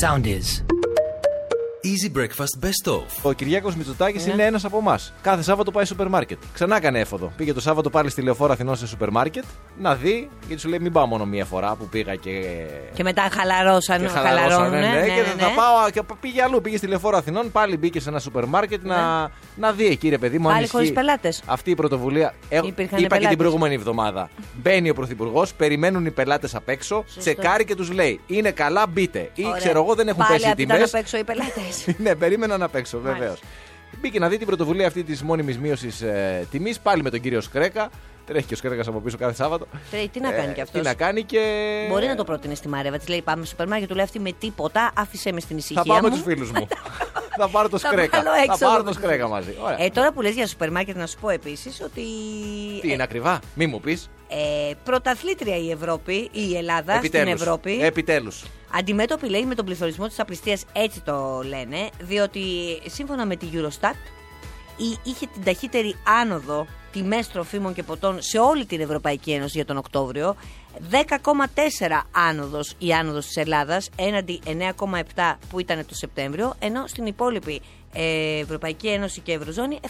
Sound is. Easy Breakfast Best Of. Ο Κυριάκος Ναι. Μητσοτάκη είναι ένας από εμάς. Κάθε Σάββατο πάει σούπερ μάρκετ. Ξανά έκανε έφοδο. Πήγε το Σάββατο πάλι στη λεωφόρα Αθηνών σε σούπερ μάρκετ να δει, γιατί σου λέει μην πάω μόνο μία φορά που πήγα και. Και μετά χαλαρώσαν, και χαλαρώνουν. ναι, ναι, και θα πάω. Και πήγε αλλού, πήγε στη λεωφόρα Αθηνών, πάλι μπήκε σε ένα σούπερ μάρκετ να, να δει εκεί, ρε παιδί μου. αν Ναι. Πάλι ισχύει χωρίς πελάτες. Αυτή η πρωτοβουλία. Ε, είπα Υπήρχαν και την πελάτες. προηγούμενη εβδομάδα. Μπαίνει ο πρωθυπουργός, περιμένουν οι πελάτες απ' έξω, τσεκάρει και τους λέει Είναι καλά, μπείτε. Ή Ωραία. ξέρω εγώ δεν έχουν Πάλι πέσει οι απ' τιμέ. απ' έξω οι πελάτες. ναι, περίμενα να παίξω, βεβαίως. Μπήκε να δει την πρωτοβουλία αυτή της μόνιμης μείωσης ε, τιμής πάλι με τον κύριο Σκρέκα. Τρέχει και ο Σκρέκας από πίσω κάθε Σάββατο. Ε, Τρέχει, τι να κάνει κι αυτός. Τι να κάνει και. Μπορεί να το πρότεινε στη Μαρέβα. Της λέει: Πάμε στο σούπερ μάρκετ, του λέει αυτή με τίποτα, άφησε με στην ησυχία. Θα πάω με μου». τους φίλους μου. θα πάρω το Θα Σκρέκα. βάλω έξω θα πάρω με το τους Σκρέκα φίλους. μαζί. Ωραία. Ε, τώρα που λες για σούπερ μάρκετ, να σου πω επίσης ότι. Τι είναι ακριβά, μη μου πεις. Ε, πρωταθλήτρια η Ευρώπη, η Ελλάδα στην Ευρώπη. Επιτέλους. Αντιμέτωπη λέει με τον πληθωρισμό της απληστίας, έτσι το λένε, διότι σύμφωνα με τη Eurostat η- είχε την ταχύτερη άνοδο τιμές τροφίμων και ποτών σε όλη την Ευρωπαϊκή Ένωση για τον Οκτώβριο. 10,4 άνοδος η άνοδος της Ελλάδας έναντι 9,7 που ήταν το Σεπτέμβριο, ενώ στην υπόλοιπη ε, Ευρωπαϊκή Ένωση και Ευρωζώνη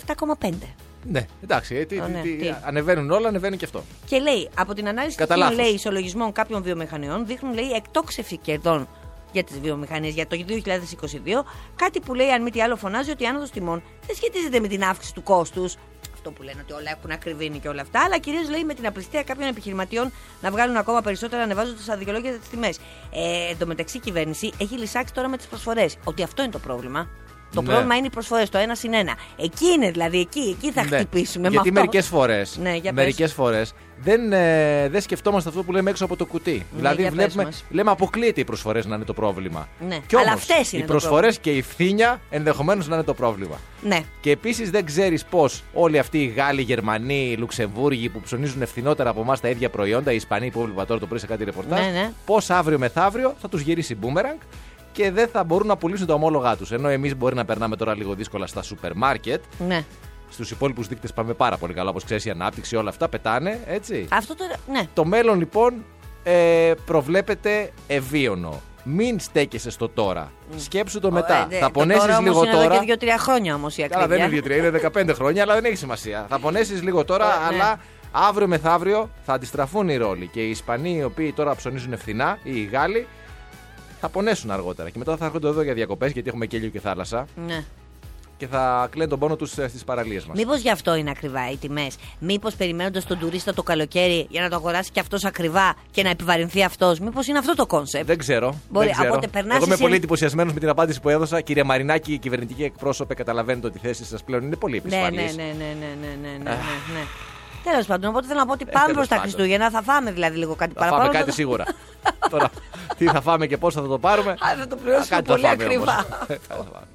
7,5. Ναι, εντάξει, ε, τι- Ω, ναι, τι- τι. ανεβαίνουν όλα, ανεβαίνει και αυτό. Και λέει, από την ανάλυση Κατά στοιχείων, λάθος. λέει, ισολογισμών κάποιων βιομηχανιών, δείχνουν λέει, εκτόξευση κερδών για τις βιομηχανίες για το 2022. Κάτι που λέει, αν μη τι άλλο, φωνάζει ότι η άνοδος τιμών δεν σχετίζεται με την αύξηση του κόστους. Αυτό που λένε ότι όλα έχουν ακριβήνει και όλα αυτά, αλλά κυρίως λέει με την απληστία κάποιων επιχειρηματιών να βγάλουν ακόμα περισσότερα ανεβάζοντας αδικαιολόγητα τις τιμές. Ε, εν τω μεταξύ, η κυβέρνηση έχει λησάξει τώρα με τις προσφορές. Ότι αυτό είναι το πρόβλημα. Το Ναι. πρόβλημα είναι οι προσφορές, το ένα συν ένα. Εκεί είναι δηλαδή, εκεί, εκεί θα Ναι. χτυπήσουμε. Γιατί με αυτό. μερικές φορές. Ναι, για πες. μερικές φορές δεν, ε, δεν σκεφτόμαστε αυτό που λέμε έξω από το κουτί. δηλαδή, Ναι, για πες βλέπουμε, μας. λέμε αποκλείεται οι προσφορές να είναι το πρόβλημα. Ναι, Κι αλλά όμως, αυτές είναι Οι το προσφορές και η φθήνια ενδεχομένως να είναι το πρόβλημα. Ναι. Και επίσης δεν ξέρεις πώς όλοι αυτοί οι Γάλλοι, Γερμανοί, οι Λουξεμβούργοι που ψωνίζουν φθηνότερα από εμάς τα ίδια προϊόντα, οι Ισπανοί που έβλεπα τώρα το πριν σε κάτι ρεπορτάζ, Ναι, ναι. πώς αύριο μεθαύριο θα τους γυρίσει μπούμεραγκ και δεν θα μπορούν να πουλήσουν τα ομόλογά τους. Ενώ εμείς μπορεί να περνάμε τώρα λίγο δύσκολα στα σούπερ μάρκετ, ναι. Στους υπόλοιπους δείκτες πάμε πάρα πολύ καλά. Όπως ξέρεις, η ανάπτυξη, όλα αυτά πετάνε. Έτσι. Αυτό τώρα, ναι. Το μέλλον λοιπόν ε, προβλέπεται ευίωνο. Μην στέκεσαι στο τώρα. Σκέψου το μετά. Ε, ναι, θα το πονέσεις τώρα όμως λίγο είναι τώρα. Εδώ και δύο-τρία χρόνια όμως η Καλά, ακρίβεια. δεν είναι δύο-τρία, είναι 15 χρόνια, αλλά δεν έχει σημασία. Θα πονέσεις λίγο τώρα, Ε, ναι. αλλά αύριο μεθαύριο θα αντιστραφούν οι ρόλοι. Και οι Ισπανοί, οι οποίοι τώρα ψωνίζουν φθηνά, ή οι Γάλλοι, θα πονέσουν αργότερα. Και μετά θα έρχονται εδώ για διακοπές, γιατί έχουμε και ήλιο και θάλασσα. Ναι. Και θα κλαίνουν τον πόνο ε, του στις παραλίες μας. Μήπως γι' αυτό είναι ακριβά οι τιμές. Μήπως περιμένοντας τον τουρίστα το καλοκαίρι για να το αγοράσει και αυτός ακριβά και να επιβαρυνθεί αυτός. Μήπως είναι αυτό το κόνσεπτ. Ε, Δεν ξέρω. Μπορεί, δεν ξέρω. από ό,τι περνάς Εγώ είμαι εσύ- πολύ εντυπωσιασμένος με την απάντηση που έδωσα. Κύριε Μαρινάκη, η κυβερνητική εκπρόσωπε, καταλαβαίνετε ότι η θέση σας πλέον είναι πολύ Ναι, ναι, επισφαλή. ναι, ναι, ναι, ναι, ναι, ναι, ναι. Τέλος πάντων, οπότε θέλω να πω ότι πάμε Ε, τέλος προς τα πάντων. Χριστούγεννα. Θα φάμε δηλαδή λίγο κάτι Θα παραπάνω. φάμε κάτι σίγουρα. Τώρα, τι θα φάμε και πόσο θα το πάρουμε. Α, θα το πληρώσουμε Κάτι θα πολύ φάμε όμως. ακριβά. Θα το φάμε.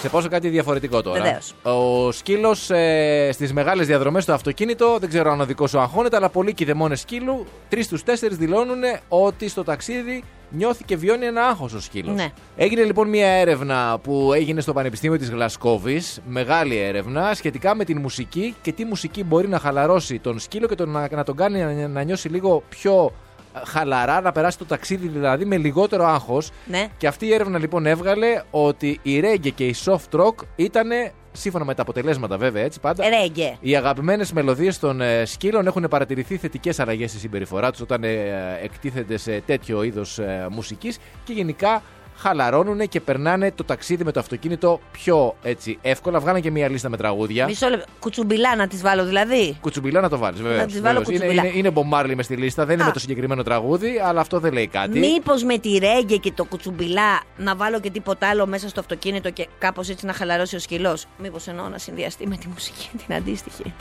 Σε πόσο κάτι διαφορετικό τώρα. Βεβαίως. Ο σκύλος ε, στις μεγάλες διαδρομές στο αυτοκίνητο, δεν ξέρω αν ο δικός σου αγχώνεται, αλλά πολλοί κυδεμόνε σκύλου, τρεις στους τέσσερις δηλώνουν ότι στο ταξίδι νιώθει και βιώνει ένα άγχος ο σκύλος. Ναι. Έγινε λοιπόν μια έρευνα που έγινε στο Πανεπιστήμιο της Γλασκόβης, μεγάλη έρευνα, σχετικά με την μουσική και τι μουσική μπορεί να χαλαρώσει τον σκύλο και τον, να, να τον κάνει να, να νιώσει λίγο πιο ε, χαλαρά, να περάσει το ταξίδι δηλαδή με λιγότερο άγχος. Ναι. Και αυτή η έρευνα λοιπόν έβγαλε ότι η ρέγγε και η soft rock ήταν, σύμφωνα με τα αποτελέσματα βέβαια έτσι Ε, πάντα, Ρέγγε. οι αγαπημένες μελωδίες των ε, σκύλων έχουν παρατηρηθεί θετικές αλλαγές στη συμπεριφορά τους όταν ε, εκτίθενται σε τέτοιο είδος μουσικής και γενικά χαλαρώνουν και περνάνε το ταξίδι με το αυτοκίνητο πιο έτσι, εύκολα. Βγάλανε και μία λίστα με τραγούδια. Μισό λεπτό. Κουτσουμπιλά να τη βάλω δηλαδή. Κουτσουμπιλά να το βάλεις, βέβαια. τις βάλω Είναι, κουτσουμπιλά. είναι, είναι μπομπάρλι μες στη λίστα, δεν είναι Α. με το συγκεκριμένο τραγούδι, αλλά αυτό δεν λέει κάτι. Μήπως με τη ρέγγε και το κουτσουμπιλά να βάλω και τίποτα άλλο μέσα στο αυτοκίνητο και κάπως έτσι να χαλαρώσει ο σκυλός. Μήπως εννοώ να συνδυαστεί με τη μουσική την αντίστοιχη.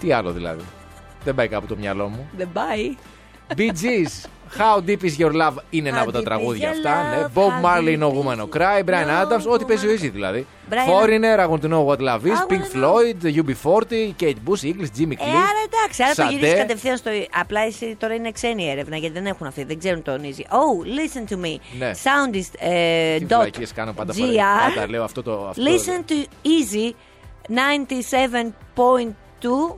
Τι άλλο δηλαδή. Δεν πάει κάπου το μυαλό μου. Δεν πάει. Bee Gees, How Deep Is Your Love είναι ένα How από τα deep is τραγούδια your αυτά. Ναι. love, Bob how Marley, deep No is Woman No your Cry, Brian love, Adams, ό,τι woman παίζει ο no Easy δηλαδή. Brian Foreigner, I Want to Know What Love Is, I wanna Pink know. Floyd, UB40, Kate Bush, Eagles, Jimmy Ε, Cliff. άρα εντάξει, άρα το Σαντέ. γυρίζεις κατευθείαν στο. Απλά εσύ τώρα είναι ξένη έρευνα γιατί δεν έχουν αυτή, δεν ξέρουν το ονίζει. Oh, listen to me. Ναι. Soundist. ε, Τι dot βλακίες κάνω πάντα, φορέ. gr. πάντα λέω αυτό το... Αυτό Listen to Easy 97.2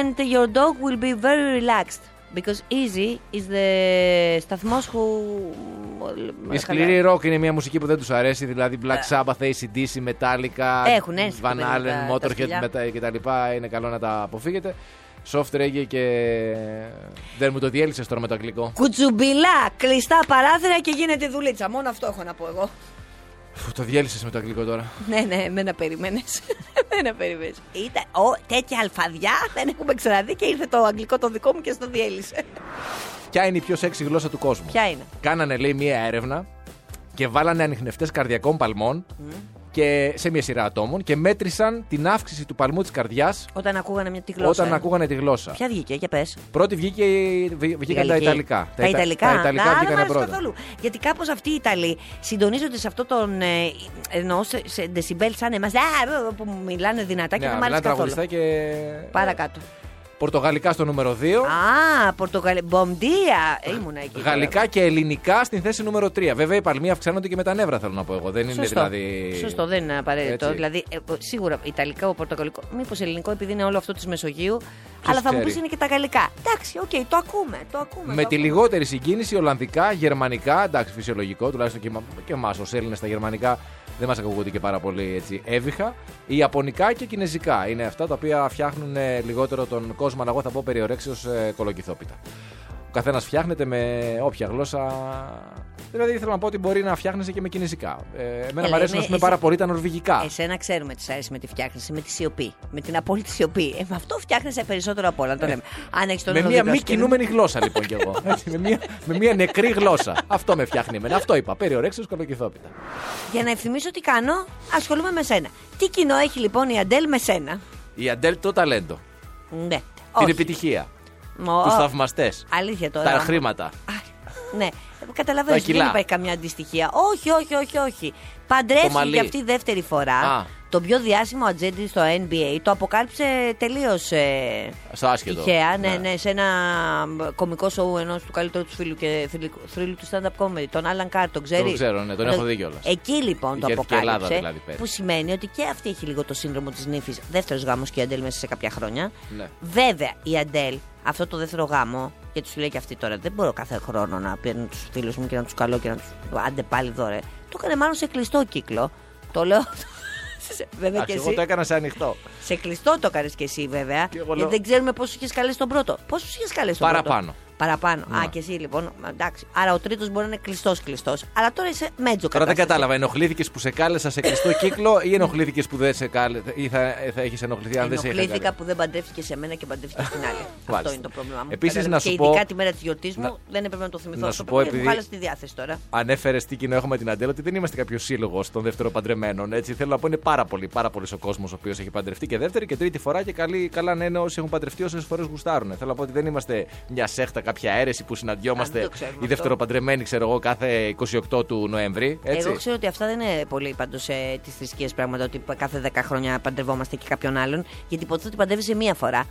and your dog will be very relaxed. Because Easy is the σταθμός ε, who... Η σκληρή ροκ είναι μια μουσική που δεν τους αρέσει, δηλαδή Black Sabbath, ACDC, Metallica, Ε. Έχουν ένστικτο Van παιδιά, τα- Allen, τα σκυλιά. Motorhead μετά- και τα λοιπά. Είναι καλό να τα αποφύγετε. Soft reggae και. Δεν μου το διέλυσε τώρα με το αγγλικό. Κουτσουμπιλά, κλειστά παράθυρα και γίνεται δουλίτσα. Μόνο αυτό έχω να πω εγώ. Φου, το διέλυσες με το αγγλικό τώρα. Ναι, ναι, εμένα περιμένες. εμένα περιμένες. Ήταν ο, τέτοια αλφαδιά δεν έχουμε ξαναδεί και ήρθε το αγγλικό το δικό μου και στο διέλυσε. Ποια είναι η πιο σεξι γλώσσα του κόσμου. Ποια είναι. Κάνανε λέει μία έρευνα και βάλανε ανιχνευτές καρδιακών παλμών και σε μία σειρά ατόμων και μέτρησαν την αύξηση του παλμού της καρδιάς Όταν ακούγανε μια τη γλώσσα. όταν ε. ακούγανε τη γλώσσα. Ποια βγήκε, για πες. Πρώτη βγήκε, η- βγή- βγήκαν τα Ιταλικά. Τα Ιτα- Ιταλικά, τα Ιταλικά Να, δεν μ' βγήκαν άρεσε πρώτα. καθόλου. Γιατί κάπως αυτοί οι Ιταλοί συντονίζονται σε αυτό τον. Ε, εννοώ σε, σε ντεσιμπέλ σαν εμάς. που μιλάνε δυνατά και Ναι, δεν μ' άρεσε μιλάνε καθόλου. τραγουδιστά και. Παρακάτω. Πορτογαλικά στο νούμερο 2. Α, Πορτογαλία. Μπομπτία. Ε, Ήμουνα εκεί. Γαλλικά και ελληνικά στην θέση νούμερο 3. Βέβαια, οι παλμοί αυξάνονται και με τα νεύρα, θέλω να πω εγώ. Δεν είναι Σωστό. δηλαδή. Σωστό, δεν είναι απαραίτητο. Έτσι. Δηλαδή, ε, σίγουρα Ιταλικά, Πορτογαλικό, μήπως ελληνικό, επειδή είναι όλο αυτό της Μεσογείου. αλλά θα μου ξέρει. πεις είναι και τα γαλλικά. Εντάξει, οκ, το ακούμε. Το ακούμε Με το τη ακούμε. λιγότερη συγκίνηση, Ολλανδικά, Γερμανικά, εντάξει, φυσιολογικό, τουλάχιστον και, μα- και εμάς ως Έλληνες τα Γερμανικά δεν μας ακουγούνται και πάρα πολύ έτσι, έβυχα. Οι Ιαπωνικά και Κινέζικα είναι αυτά τα οποία φτιάχνουν ε, λιγότερο τον κόσμο, αλλά εγώ θα πω περιορέξεω ε, κολοκυθόπιτα. Ο καθένας φτιάχνεται με όποια γλώσσα. Δηλαδή, θέλω να πω ότι μπορεί να φτιάχνεσαι και με Κινέζικα. Ε, εμένα μου αρέσουν Έλα, είναι- ας πούμε, εσύ- πάρα πολύ τα Νορβηγικά. Εσένα ξέρουμε τι σ' αρέσει με τη φτιάχνηση, με τη σιωπή. Με την απόλυτη σιωπή. Ε, με αυτό φτιάχνεσαι περισσότερο από όλα, να το λέμε. Αν έχεις τον Ε, με ήλιο μια δίπλα μη σου και- κινούμενη γλώσσα λοιπόν κι εγώ. Έτσι, με, μια, με μια νεκρή γλώσσα. Αυτό με φτιάχνει εμένα. Αυτό είπα. Περιορέξεω κολοκυθόπιτα. Για να ευθυμίσω τι κάνω, ασχολούμαι με σένα. Τι κοινό έχει λοιπόν η Αντέλ με σένα. Η Αντέλ το ταλέντο. Ναι. Την Όχι. επιτυχία. Μω- Τους θαυμαστές. Αλήθεια τώρα. Τα όμως. χρήματα. Α, Ναι. Καταλαβαίνω Τα δεν κιλά. υπάρχει καμιά αντιστοιχία. Όχι, όχι, όχι, όχι. Παντρεύτηκε μαλλί. για αυτή η δεύτερη φορά. Α. Το πιο διάσημο ατζέντη στο NBA το αποκάλυψε τελείως ε, Στο άσχετο. τυχαία. Ναι, ναι, σε ένα μ, κομικό σοου ενός του καλύτερου του φίλου και θρυλικού- θρύλου του stand-up comedy, τον Άλαν Κάρ, τον ξέρεις. Τον ξέρω, ναι, τον έχω δει κιόλας. Εκεί λοιπόν Είχε το έρθει και αποκάλυψε. Ελλάδα, δηλαδή, πέρυσι. που σημαίνει ότι και αυτή έχει λίγο το σύνδρομο της νύφης. Δεύτερος γάμος και η Αντέλ μέσα σε κάποια χρόνια. Ναι. Βέβαια, η Αντέλ, αυτό το δεύτερο γάμο, γιατί σου λέει και αυτή τώρα, δεν μπορώ κάθε χρόνο να παίρνω τους φίλους μου και να τους καλώ και να τους. Άντε πάλι εδώ, ρε. Το έκανε μάλλον σε κλειστό κύκλο. Το λέω. Βέβαια και Εντάξει, εγώ εσύ. το έκανα σε ανοιχτό. Σε κλειστό το έκανε και εσύ, βέβαια. Και εγώ Γιατί λέω- δεν ξέρουμε πόσους είχες καλέσει τον πρώτο. Πόσους είχες καλέσει τον Παραπάνω. Ναι. πρώτο. Παραπάνω. Α, και εσύ λοιπόν. Εντάξει. Άρα ο τρίτος μπορεί να είναι κλειστός κλειστός. Αλλά τώρα είσαι μέτζο Τώρα δεν κατάσταση. κατάλαβα. Ενοχλήθηκες που σε κάλεσα σε κλειστό κύκλο ή ενοχλήθηκες που δεν σε κάλεσα. ή θα, θα έχεις ενοχληθεί αν δεν σε είχα Ενοχλήθηκα κάλεσει. που δεν παντρεύτηκες σε μένα και παντρεύτηκες στην άλλη. Αυτό Μάλιστα. είναι το πρόβλημά μου. Επίσης, Κατάλαβες. να και σου πω- ειδικά τη μέρα της γιορτής μου να- δεν έπρεπε να το θυμηθώ. να αυτό σου το πω, παιδί. Μου επειδή- χάλασε τη διάθεση τώρα. Ανέφερες τι κοινό έχουμε την Αντέλα ότι δεν είμαστε κάποιος σύλλογος των δευτεροπαντρεμένων. Έτσι. Θέλω να πω είναι πάρα πολύ, πάρα πολύ ο κόσμος ο οποίος έχει παντρευτεί και δεύτερη και τρίτη φορά και καλή, καλά να είναι όσοι έχουν παντρευτεί όσες φορές γουστάρουν. Θέλω να πω ότι δεν είμαστε μια σέχτα, κάποια αίρεση που Α, συναντιόμαστε δεν το ξέρουμε οι αυτό. δευτεροπαντρεμένοι, ξέρω εγώ, κάθε 28 του Νοέμβρη. Έτσι. Εγώ ξέρω ότι αυτά δεν είναι πολύ πάντως ε, τις θρησκείες πράγματα. Ότι κάθε 10 χρόνια παντρευόμαστε και κάποιον άλλον. Γιατί ποτέ δεν παντρεύεσαι μία φορά.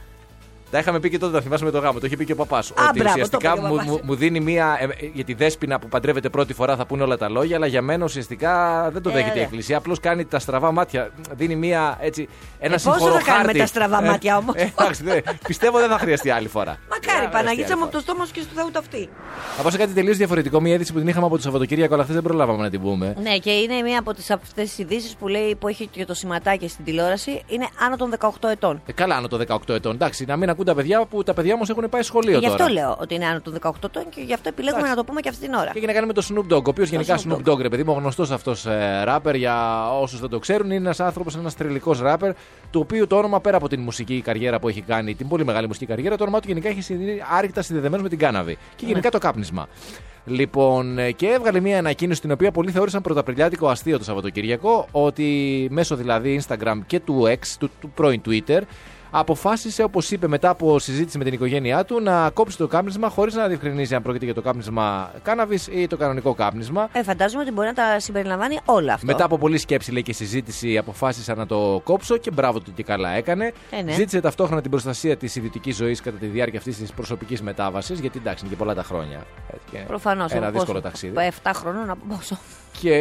Τα είχαμε πει και τότε, τα θυμάσαι με το γάμο. Το είχε πει και ο παπάς. Ότι μπράβο, το ουσιαστικά είπε και ο μου, παπάς. μου- μου δίνει μία. ε, ε, για τη δέσπινα που παντρεύεται πρώτη φορά θα πούνε όλα τα λόγια, αλλά για μένα ουσιαστικά δεν το Ε, δέχεται η ωραία. Εκκλησία. Απλώς κάνει τα στραβά μάτια. Δίνει μία έτσι. Ένα Ε, πόσο θα συγχωροχάρτη. κάνουμε τα στραβά Ε, μάτια όμως? ε, εντάξει, δεν- πιστεύω δεν θα χρειαστεί άλλη φορά. Ε, Δεν θα Μακάρι, χρειαστεί Παναγίτσα άλλη μου από το φορά. στόμα σου και στο Θεού ταυτί. Θα πάω σε κάτι τελείως διαφορετικό. Μία είδηση που την είχαμε από το Σαββατοκύριακο, αλλά χθε δεν προλάβαμε να την πούμε. Ναι, και είναι μία από τις αυτές τις ειδήσεις που λέει που έχει και το σηματάκι στην τηλεόραση. Είναι άνω των 18 ετών. Ε, καλά, άνω το 18 ετών. Εντάξει, να μην ακούν τα παιδιά που τα παιδιά όμως έχουν πάει σχολείο Ε, Γι' αυτό τώρα. λέω ότι είναι άνω των 18 ετών και γι' αυτό επιλέγουμε Εντάξει. να το πούμε και αυτή την ώρα. Και έχει να κάνει με τον Snoop Dogg, ο οποίος γενικά Snoop Snoop Dogg, ρε παιδί μου, γνωστός αυτός ε, ράπερ, για όσους δεν το ξέρουν, είναι ένας άνθρωπος, ένας τρελικός ράπερ, του οποίου το όνομα πέρα από την μουσική καριέρα που έχει κάνει, την πολύ μεγάλη μουσική καριέρα, το όνομά του γενικά έχει συνδυ- άρρηκτα συνδεδεμένο με την κάναβη. Και γενικά το κάπνισμα. Λοιπόν, ε, και έβγαλε μια ανακοίνωση την οποία πολλοί θεώρησαν πρωταπριλιάτικο αστείο το Σαββατοκύριακο, ότι μέσω δηλαδή Instagram και του X, του, του πρώην Twitter, αποφάσισε, όπως είπε μετά από συζήτηση με την οικογένειά του, να κόψει το κάπνισμα χωρίς να διευκρινίζει αν πρόκειται για το κάπνισμα κάναβης ή το κανονικό κάπνισμα. Ε, φαντάζομαι ότι μπορεί να τα συμπεριλαμβάνει όλα αυτό. Μετά από πολλή σκέψη λέει, και συζήτηση, αποφάσισα να το κόψω και μπράβο του και καλά έκανε. Ε, ναι. Ζήτησε ταυτόχρονα την προστασία της ιδιωτικής ζωής κατά τη διάρκεια αυτής της προσωπικής μετάβασης, γιατί εντάξει είναι και πολλά τα χρόνια. Ε, και Προφανώς. Ένα δύσκολο ταξίδι. 7 χρονών να πόσο. Και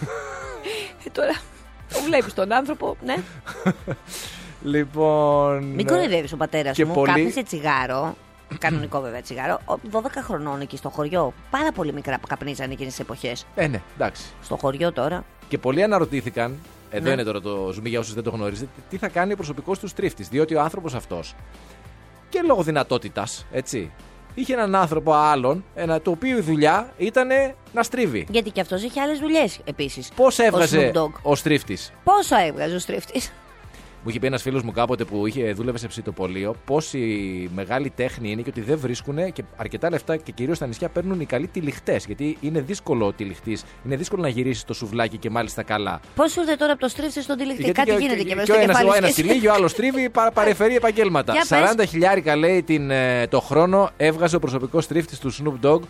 Ε, τώρα το βλέπεις τον άνθρωπο, ναι. λοιπόν. Μην κοροϊδεύεις ο πατέρας Και μου. πολύ- Κάπνισε τσιγάρο. κανονικό βέβαια τσιγάρο, ο- 12 χρονών εκεί στο χωριό. Πάρα πολύ μικρά που καπνίζανε εκείνες τις εποχές. Ε, ναι, εντάξει. Στο χωριό τώρα. Και πολλοί αναρωτήθηκαν, εδώ Ναι. είναι τώρα το ζουμί για όσους δεν το γνωρίζετε, τι θα κάνει ο προσωπικός του τρίφτη. Διότι ο άνθρωπος αυτός και λόγω δυνατότητας, έτσι, είχε έναν άνθρωπο άλλον, ένα, το οποίο η δουλειά ήταν να στρίβει. Γιατί και αυτός είχε άλλες δουλειές επίσης. Πώς έβγαζε Snoop Dogg. ο στρίφτης. Πόσο έβγαζε ο στρίφτης. Μου είχε πει ένας φίλος μου κάποτε που είχε, δούλευε σε ψητοπολείο πόση μεγάλη τέχνη είναι και ότι δεν βρίσκουν και αρκετά λεφτά και κυρίως στα νησιά παίρνουν οι καλοί τυλιχτές. Γιατί είναι δύσκολο ο τυλιχτής, είναι δύσκολο να γυρίσει το σουβλάκι και μάλιστα καλά. Πώς σου ήρθε τώρα από το στρίφτη στον τηλεκτή. Ε, Κάτι ο- γίνεται και μέσα και ο στο ένας, κεφάλι. ο σου. ένας τυλίγει, ο άλλος τρίβει, πα, παρεφερεί επαγγέλματα. Για πες. 40 χιλιάρικα λέει την, ε, το χρόνο έβγαζε ο προσωπικός τρίφτη του Snoop Dogg,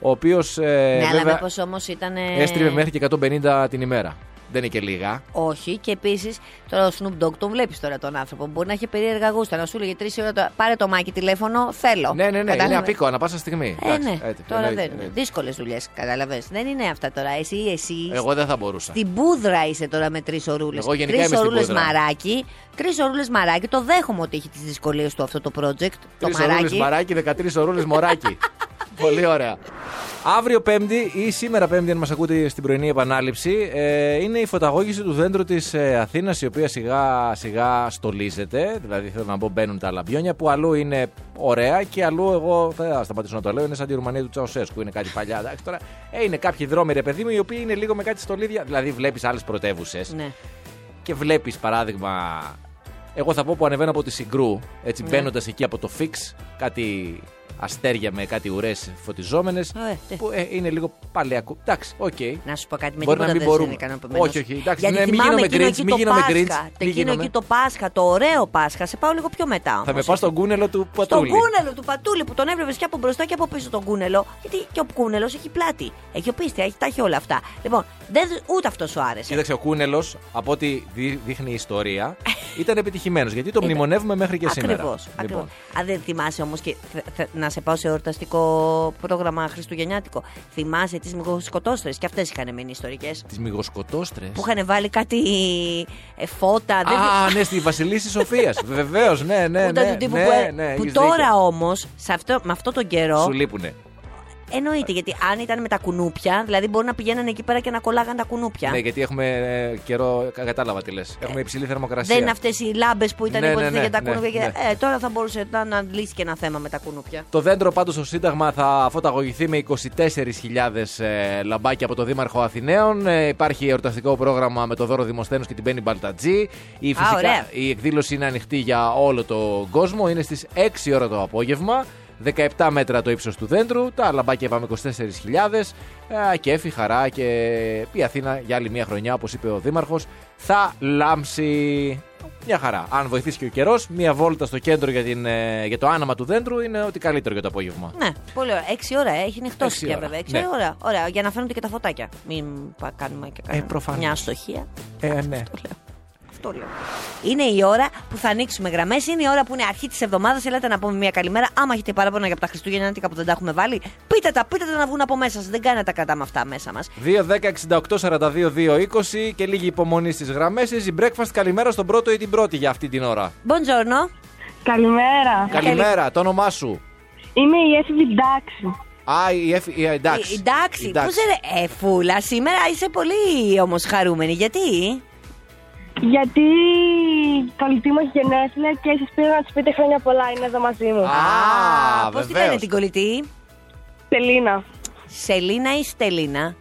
ο οποίο Ναι, ε, αλλά ε, βέβαια, μήπω όμω ήταν. έστριβε μέχρι και 150 την ημέρα. Δεν είναι και λίγα. Όχι, και επίσης τώρα ο Snoop Dogg τον βλέπεις τώρα τον άνθρωπο. Μπορεί να έχει περίεργα γούστα, να σου λέγε τρεις ώρα το... πάρε το μάκι τηλέφωνο, θέλω. Ναι, ναι, ναι, είναι Κατάλαβες. απίκο, ανά πάσα στιγμή. Ε, Εντάξει, ναι, έτσι, τώρα εννοείται, δεν είναι. εννοείται. Δύσκολες δουλειές, καταλαβες. Δεν είναι αυτά τώρα. Εσύ, εσύ. Εγώ δεν θα μπορούσα. Στην πούδρα είσαι τώρα με τρεις ορούλε. Εγώ γενικά είμαι Τρεις στην ορούλε πούδρα. μαράκι. Τρεις ορούλε μαράκι. Το δέχομαι ότι έχει τις δυσκολίες του αυτό το project. Το Τρεις ορούλες μαράκι. μαράκι, 13 ορούλες μωράκι. Πολύ ωραία. Αύριο Πέμπτη ή σήμερα Πέμπτη, αν μας ακούτε στην πρωινή επανάληψη, ε, είναι η φωταγώγηση του δέντρου της ε, Αθήνας, η οποία σιγά σιγά στολίζεται. Δηλαδή, θέλω να πω, μπαίνουν τα λαμπιόνια που αλλού είναι ωραία και αλλού εγώ θα σταματήσω να το λέω. Είναι σαν τη Ρουμανία του Τσαουσέσκου, είναι κάτι παλιά. Εντάξει, τώρα ε, είναι κάποιοι δρόμοι, ρε παιδί μου, οι οποίοι είναι λίγο με κάτι στολίδια. Δηλαδή, βλέπεις άλλες πρωτεύουσες Ναι. και βλέπεις παράδειγμα. Εγώ θα πω που ανεβαίνω από τη Συγκρού, έτσι Ναι. μπαίνοντας εκεί από το Fix, κάτι αστέρια με κάτι ουρές φωτιζόμενες. Ε, τι. που ε, είναι λίγο παλαιακό. Εντάξει, οκ. Να σου πω κάτι με Μπορεί να τίποτα μην δεν μπορούμε. είναι ικανοποιημένος. Όχι, όχι, εντάξει, Γιατί ναι, μην θυμάμαι γίνομαι εκείνο cringe, εκεί μην το γίνομαι Πάσχα, cringe, το μην Εκείνο γίνομαι. εκεί το Πάσχα, το ωραίο Πάσχα. Σε πάω λίγο πιο μετά. θα με όμως, πα έτσι. στον κούνελο του Στον Πατούλη. κούνελο του πατούλη που τον έβλεπες και από μπροστά και από πίσω τον κούνελο. Γιατί και ο κούνελο έχει πλάτη. Έχει οπίστια, έχει, τα έχει όλα αυτά. Λοιπόν, δεν, ούτε αυτός σου άρεσε. Κοίταξε, ο Κούνελο, από ό,τι δει- δείχνει η ιστορία, ήταν επιτυχημένος. Γιατί το Ήταν. μνημονεύουμε μέχρι και σήμερα. Ακριβώς. Λοιπόν, Ε, Αν δεν θυμάσαι όμως και θε- θε- να σε πάω σε εορταστικό πρόγραμμα χριστουγεννιάτικο. Θυμάσαι τις μυγοσκοτώστρε και αυτές είχαν μείνει ιστορικές. τις μυγοσκοτόστρες. Που είχαν βάλει κάτι ε, φώτα. δεν- Α, ναι, στη Βασιλίση Σοφίας. Βεβαίως, ναι, ναι. που ήταν ναι, του τύπου ναι, που, ε- ναι, που έχεις τώρα δίκιο. όμως, με αυτόν τον καιρό. σου λείπουνε. Εννοείται, γιατί αν ήταν με τα κουνούπια, δηλαδή μπορεί να πηγαίνανε εκεί πέρα και να κολλάγαν τα κουνούπια. Ναι, γιατί έχουμε ε, καιρό. κα- Κατάλαβα τι λες. Έχουμε υψηλή θερμοκρασία. Ε, Δεν είναι αυτές οι λάμπες που ήταν Ναι, ναι, υποτίθεται ναι, για τα ναι, κουνούπια. και- ναι. Ε, τώρα θα μπορούσε να, να λύσει και ένα θέμα με τα κουνούπια. Το δέντρο πάντως στο Σύνταγμα θα φωταγωγηθεί με 24.000 ε, λαμπάκια από το Δήμαρχο Αθηναίων. Ε, υπάρχει εορταστικό πρόγραμμα με το δώρο Δημοσθένους και την Πέννη Μπαλτατζή. Η, ωραία. η εκδήλωση είναι ανοιχτή για όλο τον κόσμο. Είναι στις 6 ώρα το απόγευμα. 17 μέτρα το ύψος του δέντρου. Τα λαμπάκια είπαμε 24.000. Ε, κέφι, χαρά και η Αθήνα για άλλη μια χρονιά, όπως είπε ο Δήμαρχος, θα λάμψει. Μια χαρά. Αν βοηθήσει και ο καιρός, μια βόλτα στο κέντρο για, την, ε, για το άναμα του δέντρου είναι ότι καλύτερο για το απόγευμα. Ναι, πολύ ωραία. Έξι ώρα, ε, έχει νυχτώσει Έξι πια ώρα, βέβαια. Έξι ναι. Ε, ώρα. Ωραία, για να φαίνονται και τα φωτάκια. Μην πα- κάνουμε και κάνουμε προφανώς. μια αστοχία. Ε, ναι. Αυτό λέω. Είναι η ώρα που θα ανοίξουμε γραμμές. Είναι η ώρα που είναι αρχή της εβδομάδας. Ελάτε να πούμε μια καλημέρα. Άμα έχετε παράπονα για από τα Χριστούγεννιάτικα που δεν τα έχουμε βάλει, πείτε τα, πείτε τα να βγουν από μέσα σας. Δεν κάνει να τα κρατάμε αυτά μέσα μας. 2-10-68-42-2-20 και λίγη υπομονή στις γραμμές. Η breakfast καλημέρα στον πρώτο ή την πρώτη για αυτή την ώρα. Buongiorno. Καλημέρα. Καλημέρα, το όνομά σου. Είμαι η Εύη Ντάξη. Α, η, Εφ- η- εντάξει. Ε, Εντάξει. Πώ ρε. Ε, φούλα, σήμερα είσαι πολύ όμως χαρούμενη. Γιατί. Γιατί η κολλητή μου έχει γενέθλια και εσείς πήρε να της πείτε χρόνια πολλά. Είναι εδώ μαζί μου. Α. Πώς τη βεβαίως. λένε την κολλητή. Στελίνα. Σελίνα ή Στελίνα.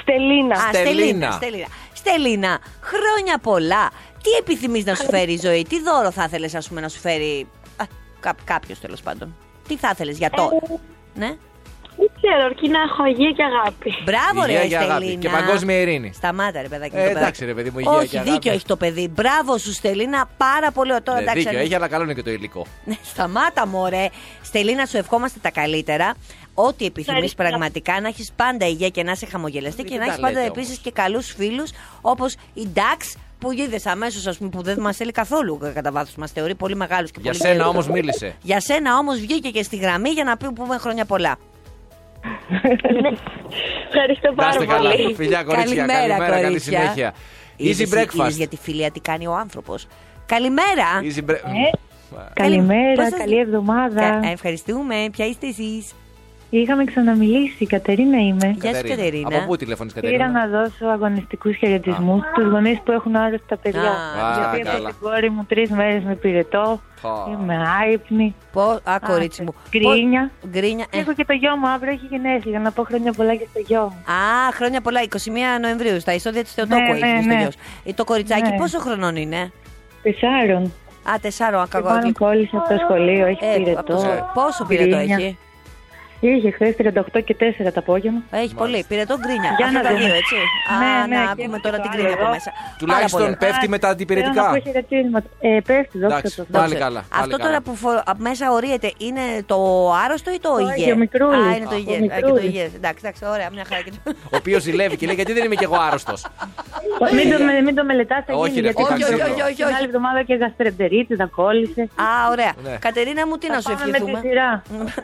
Στελίνα. Α, Στελίνα. Στελίνα. Στελίνα, χρόνια πολλά. Τι επιθυμείς να σου φέρει η ζωή, τι δώρο θα ήθελες, ας πούμε, να σου φέρει. Κάποιος τέλος πάντων. Τι θα ήθελες για το. Ναι. Δεν ξέρω, αρκεί να έχω υγεία και αγάπη. Μπράβο, ρε, Υγεία η και αγάπη. Στελίνα. Και παγκόσμια ειρήνη. Σταμάτα, ρε παιδάκι. Ε, το παιδάκι. εντάξει, ρε παιδί μου, υγεία Όχι, και αγάπη. δίκιο έχει το παιδί. Μπράβο σου, Στελίνα, πάρα πολύ ωραία. Τώρα, Ναι, εντάξει, δίκιο, αν- έχει, αλλά καλό είναι και το υλικό. Ναι, σταμάτα μωρέ. Στελίνα, σου ευχόμαστε τα καλύτερα. Ό,τι επιθυμείς Ευχαριστώ. πραγματικά, να έχεις πάντα υγεία και να είσαι χαμογελαστή Μην και να τα έχεις πάντα λέτε επίση όμως. και καλούς φίλους όπως η Ντάξ που είδε αμέσως, ας πούμε, που δεν μας θέλει καθόλου κα- κατά βάθος. Μας θεωρεί πολύ μεγάλους και Για πολύ σένα καλούς. όμως μίλησε. Για σένα όμως βγήκε και στη γραμμή για να πει- πούμε χρόνια πολλά. Ευχαριστώ Να πάρα είστε καλά. πολύ. Ε, Φιλιά, κορίτσια. Καλημέρα, Καλημέρα, καλή κορίτσια. συνέχεια. Easy Είδες- είδες breakfast. για τη φιλία τι κάνει ο άνθρωπος. Καλημέρα. Easy bre- Καλημέρα, Πώς σας- καλή εβδομάδα. Κα- Ευχαριστούμε. Ποια είστε εσείς, Είχαμε ξαναμιλήσει, Κατερίνα είμαι. Γεια σου, Κατερίνα. Από πού τηλεφωνείς Πήρα Κατερίνα. να δώσω αγωνιστικούς χαιρετισμούς στους γονείς που έχουν άρρωστα τα παιδιά. Α, Α, Γιατί από καλά. την κόρη μου τρεις μέρες με πυρετό, Α. είμαι άϊπνη. Πώ, α, κορίτσι μου. Γκρίνια. Πώς- Γκρίνια. ε. Έχω και το γιο μου, αύριο έχει γενέθλια. Να πω χρόνια πολλά και στο γιο μου. Α, χρόνια πολλά. 21 Νοεμβρίου, στα εισόδια της Θεοτόκου Ναι, έχει ναι, ναι, ναι. Το κοριτσάκι Ναι. πόσο χρονών είναι. Τεσσάρων. Α, τεσσάρων, Και Ε, πάνω ακαγό. κόλλησε από το σχολείο, έχει ε, από το πυρετό. σχολείο. Πόσο πυρετό γκρίνια. έχει. Είχε χθες 38 και 4 το απόγευμα. Έχει πολύ. Πυρετό γκρίνια. Για Αυτά να τα δούμε. δύο, έτσι. Ναι, Α, ναι, να και πούμε έχω τώρα και την το γκρίνια άλλο από εδώ. μέσα. Πάρα πολύ. Τουλάχιστον πέφτει με τα Θέλω να αντιπηρετικά. πω χαιρετίσματα. Ε, πέφτει, δόξα Εντάξει, τω Θεώ. πάλι καλά. πάλι Αυτό καλά. τώρα που φορο- απ' μέσα ορίεται είναι το άρρωστο ή το Όχι, υγιέ. ο μικρούλης. Α, είναι το Α, ο υγιέ. Α, και το μικρούλης. υγιέ. Εντάξει, εντάξει, ωραία, μια χαρά και το. Ο οποίος ζηλεύει και λέει: Γιατί δεν είμαι κι εγώ άρρωστος. Μην Ε, το, με- μην το μελετάς, θα Όχι, γίνει. ρε, γιατί όχι, την όχι, άλλη- όχι, όχι, Την όχι. άλλη εβδομάδα και γαστρεντερίτη, τα κόλλησε. Α, ωραία. Ναι. Κατερίνα μου, τι Θα να σου πάμε με τη ευχηθούμε. σειρά.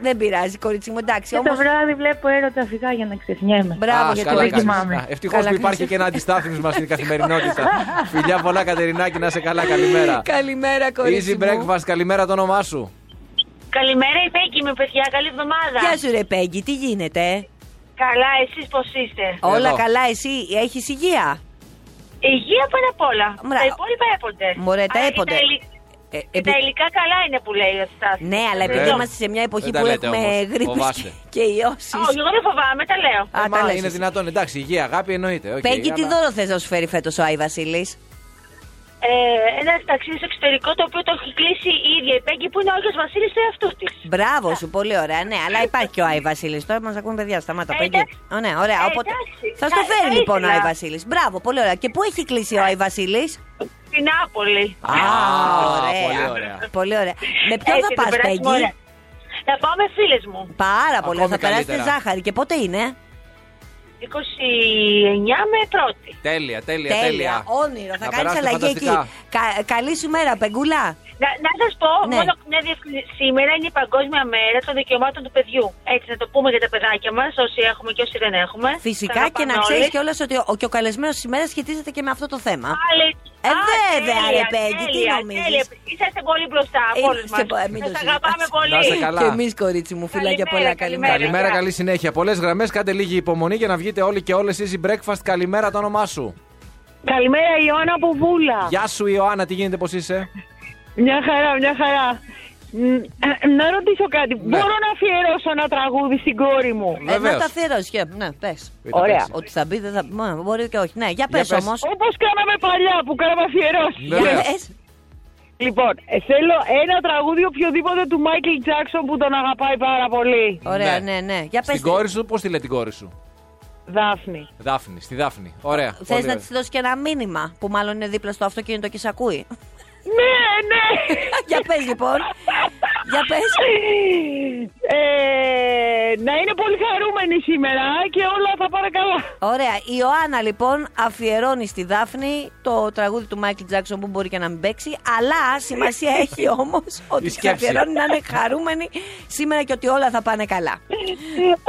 Δεν πειράζει, κορίτσι μου, εντάξει. Και το Όμως... βράδυ βλέπω έρωτα φυγά για να ξεχνιέμαι. Μπράβο, γιατί το κάνεις. κοιμάμαι. Ευτυχώς Καλά που υπάρχει κάνεις. και ένα αντιστάθμισμα στην καθημερινότητα. Φιλιά πολλά, Κατερινάκη, να είσαι καλά. Καλημέρα. Καλημέρα, κορίτσι. Easy μου. breakfast, καλημέρα το όνομά σου. Καλημέρα, η Πέκη μου, παιδιά. Καλή εβδομάδα. Γεια σου, ρε Πέγγι, τι γίνεται. ε? Καλά, εσείς πώς είστε. Όλα Εδώ. καλά, εσύ έχεις υγεία. Υγεία πάνω απ' όλα. Μρα- Τα υπόλοιπα έπονται. Μωρέ, τα Αλλά έπονται. και Τα, υλι- Ε, και επει- τα υλικά καλά είναι που λέει ο Ε, Στάθη. Ναι, αλλά επειδή Ναι. είμαστε σε μια εποχή Δεν τα που λέτε έχουμε όμως. γρήπες και, Φοβάστε. και ιώσεις. Όχι, εγώ δεν φοβάμαι, τα λέω. Α, Μα τα λες είναι εσύ. δυνατόν, εντάξει, υγεία, αγάπη εννοείται. οκ, Πέγγι, τι αλλά- δώρο θες να σου φέρει φέτος ο Άι Βασίλης. Ε, ένα ταξίδι στο εξωτερικό το οποίο το έχει κλείσει η ίδια η Πέκη που είναι ο Άγιος Βασίλης του εαυτού της. Μπράβο σου, πολύ ωραία. Ναι, αλλά υπάρχει και ο Άι Βασίλης. Τώρα μας ακούνε παιδιά, σταμάτα. Ε, Πέγγι. εντάξει. Ω, ναι, ωραία. Ε, Οπότε εντάξει. θα στο Θα- φέρει θα λοιπόν ο Άι ήθελα. Βασίλης. Μπράβο, πολύ ωραία. Και πού έχει Ε. κλείσει ο Άι Βασίλης. Στην Άπολη. Α, πολύ ωραία. Πολύ ωραία. Με ποιον Έτσι, Ε, θα Ε, το πα, περάσουμε ωραία. Πέγγι. Θα πάω με φίλες μου. Πάρα πολύ. Ακόμη Θα περάσετε καλύτερα. ζάχαρη. Και πότε είναι. 29 με 1η. Τέλεια, τέλεια, τέλεια. Όνειρο. Θα Να κάνεις περάσετε αλλαγή εκεί. φανταστικά. Κα- Καλή σου μέρα, Πεγκούλα. Να, να σας πω Ναι. μόνο μια διευκρίνηση. Σήμερα είναι η Παγκόσμια Μέρα των Δικαιωμάτων του Παιδιού. Έτσι, να το πούμε για τα παιδάκια μας, όσοι έχουμε και όσοι δεν έχουμε. Τα Φυσικά και αγαπάμε να ξέρεις όλοι. κιόλας ότι ο- και ο καλεσμένος σήμερα σχετίζεται και με αυτό το θέμα. Άλλη... Ε, Α, βέβαια, τέλεια, ρε, Πέγγι, τι τέλεια, νομίζεις? τέλεια. Είσαστε πολύ μπροστά από όλου Είμαστε μας. πο- ε, μην το Σας συζητάς. αγαπάμε πολύ. Να είστε καλά. Και εμείς, κορίτσι μου, φιλάκια Καλημέρα, πολλά. καλημέρα. Καλημέρα. Καλημέρα, καλή συνέχεια. Πολλές γραμμές, κάντε λίγη υπομονή για να βγείτε όλοι και όλες. Easy breakfast, καλημέρα το όνομά σου. Καλημέρα, Ιωάννα από Βούλα. Γεια σου, Ιωάννα, τι γίνεται, πώς είσαι. Ε, Μια χαρά, μια χαρά. Μ, ε, Να ρωτήσω κάτι. Ναι. Μπορώ να αφιερώσω ένα τραγούδι στην κόρη μου. Ε, να Βεβαίως. τα αφιερώσει και. Ναι, πες. Ωραία. Ότι θα μπει, δεν θα. Μα, μπορεί και όχι. Ναι, για Για πες πες. όμως. Όπως κάναμε παλιά που κάναμε αφιερώσεις. Ναι. Βεβαίως. Ε, Λοιπόν, ε, θέλω ένα τραγούδι οποιοδήποτε του Μάικλ Τζάξον που τον αγαπάει πάρα πολύ. Ωραία, Ναι. ναι, ναι. Για πες. Στην κόρη σου, πώς τη λέει την κόρη σου. Δάφνη. Δάφνη, στη Δάφνη. Ωραία. Θες πολύ να ωραία. της δώσεις και ένα μήνυμα που μάλλον είναι δίπλα στο αυτοκίνητο και σε ακούει. Ναι, ναι. για πες λοιπόν. για πες. Ε, να είναι πολύ χαρούμενη σήμερα και όλα θα πάνε καλά. Ωραία. Η Ιωάννα λοιπόν αφιερώνει στη Δάφνη το τραγούδι του Μάικλ Τζάξον που μπορεί και να μην παίξει. Αλλά σημασία έχει όμως ότι τη σκέψη. αφιερώνει να είναι χαρούμενη σήμερα και ότι όλα θα πάνε καλά.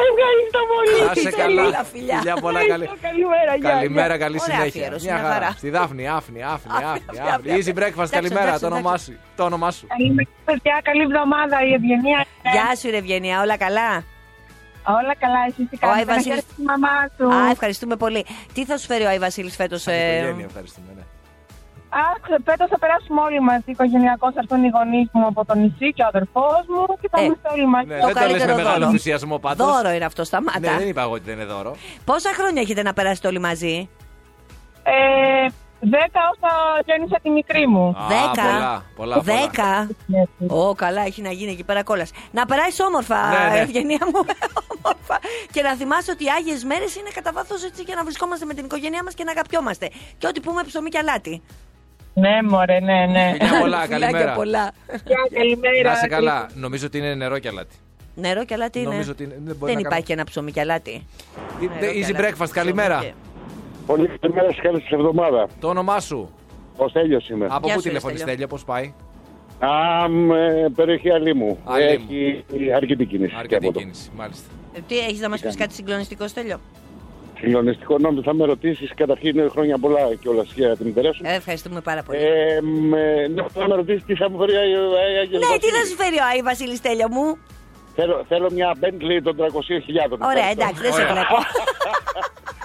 Ευχαριστώ πολύ. Να είσαι καλά. Φιλιά, φιλιά. πολλά, καλή. Καλημέρα, γεια, Καλημέρα, γεια. καλή Ωραία συνέχεια. αφιέρωση, μια χαρά. Στη Δάφνη, άφνη, άφνη, Άφνη, άφνη. άφνη, άφνη. άφνη. Easy breakfast, Εντάξει, καλημέρα. εντάξει, Το όνομά σου. Το όνομά σου. Καλημέρα, παιδιά. Καλή εβδομάδα, η Ευγενία. Ναι. Γεια σου, ρε Ευγενία, όλα καλά. Όλα καλά, εσύ τι Ο Άι κάνετε. Να Βασίλης- χαίρεσαι τη μαμά σου. Α, ευχαριστούμε πολύ. Τι θα σου φέρει ο Άι ε, Βασίλης φέτος. Οικογένεια, ευχαριστούμε. ναι. Άκουσε, πέτω θα περάσουμε όλοι μαζί. Οικογενειακώ θα έρθουν οι γονείς μου από το νησί και ο αδερφός μου και θα Ε, είμαστε όλοι μαζί. Ναι, δεν το λες καλύτερο με μεγάλο δώρο. ενθουσιασμό πάντως. Δώρο είναι αυτό, σταμάτα. Ναι, δεν είπα εγώ ότι δεν είναι δώρο. Πόσα χρόνια έχετε να περάσετε όλοι μαζί, Ε, δέκα όσα γέννησα τη μικρή μου. Ναι, Α, Δέκα. πολλά, πολλά, πολλά. Δέκα. Ω, καλά, έχει να γίνει εκεί πέρα κόλλα. Να περάσεις όμορφα, Ναι, ναι. Ευγενία μου. όμορφα. Και να θυμάσαι ότι οι Άγιες Μέρες είναι κατά βάθος έτσι για να βρισκόμαστε με την οικογένειά μας και να αγαπιόμαστε. Και ό,τι πούμε ψωμί και αλάτι. Ναι, μωρέ, ναι, ναι. Φιλιά πολλά, Φιλάκια καλημέρα. πολλά. Γεια, καλημέρα. Να είσαι καλά. Νομίζω ότι είναι νερό και αλάτι. Νερό και αλάτι είναι. Νομίζω ότι είναι- δεν μπορεί να δεν κάνω. υπάρχει ένα ψωμί και αλάτι. Νερό και Ε, Easy αλάτι, breakfast, ψωμί και- καλημέρα. Πολύ καλημέρα σας, καλή σας εβδομάδας. Το όνομά σου. Ο Στέλιος είμαι. Από Γεια πού σου, τηλεφωνείς Στέλιο. Τέλεια, πώς πάει. Α, μ, ε, περιοχή Αλήμου. Αλήμου. Έχει αρκετή κίνηση. και Αρκετή από εδώ. κίνηση, μάλιστα. Ε, Τι έχεις να μας πεις κάτι συγκλονιστικό, Στέλιο. Συγκλονιστικό νόμο θα με ρωτήσεις καταρχήν χρόνια πολλά και όλα για την μητέρα σου. Ε, ευχαριστούμε πάρα πολύ. Ε, μ, ε, ναι, θα με ρωτήσεις τι θα μου φέρει ο Άγιο ναι, τι θα σου φέρει ο Άι Βασίλη Τέλειο μου. Θέλω, θέλω μια Bentley των 300.000. Ωραία, εντάξει, δεν σε Ωραία. βλέπω.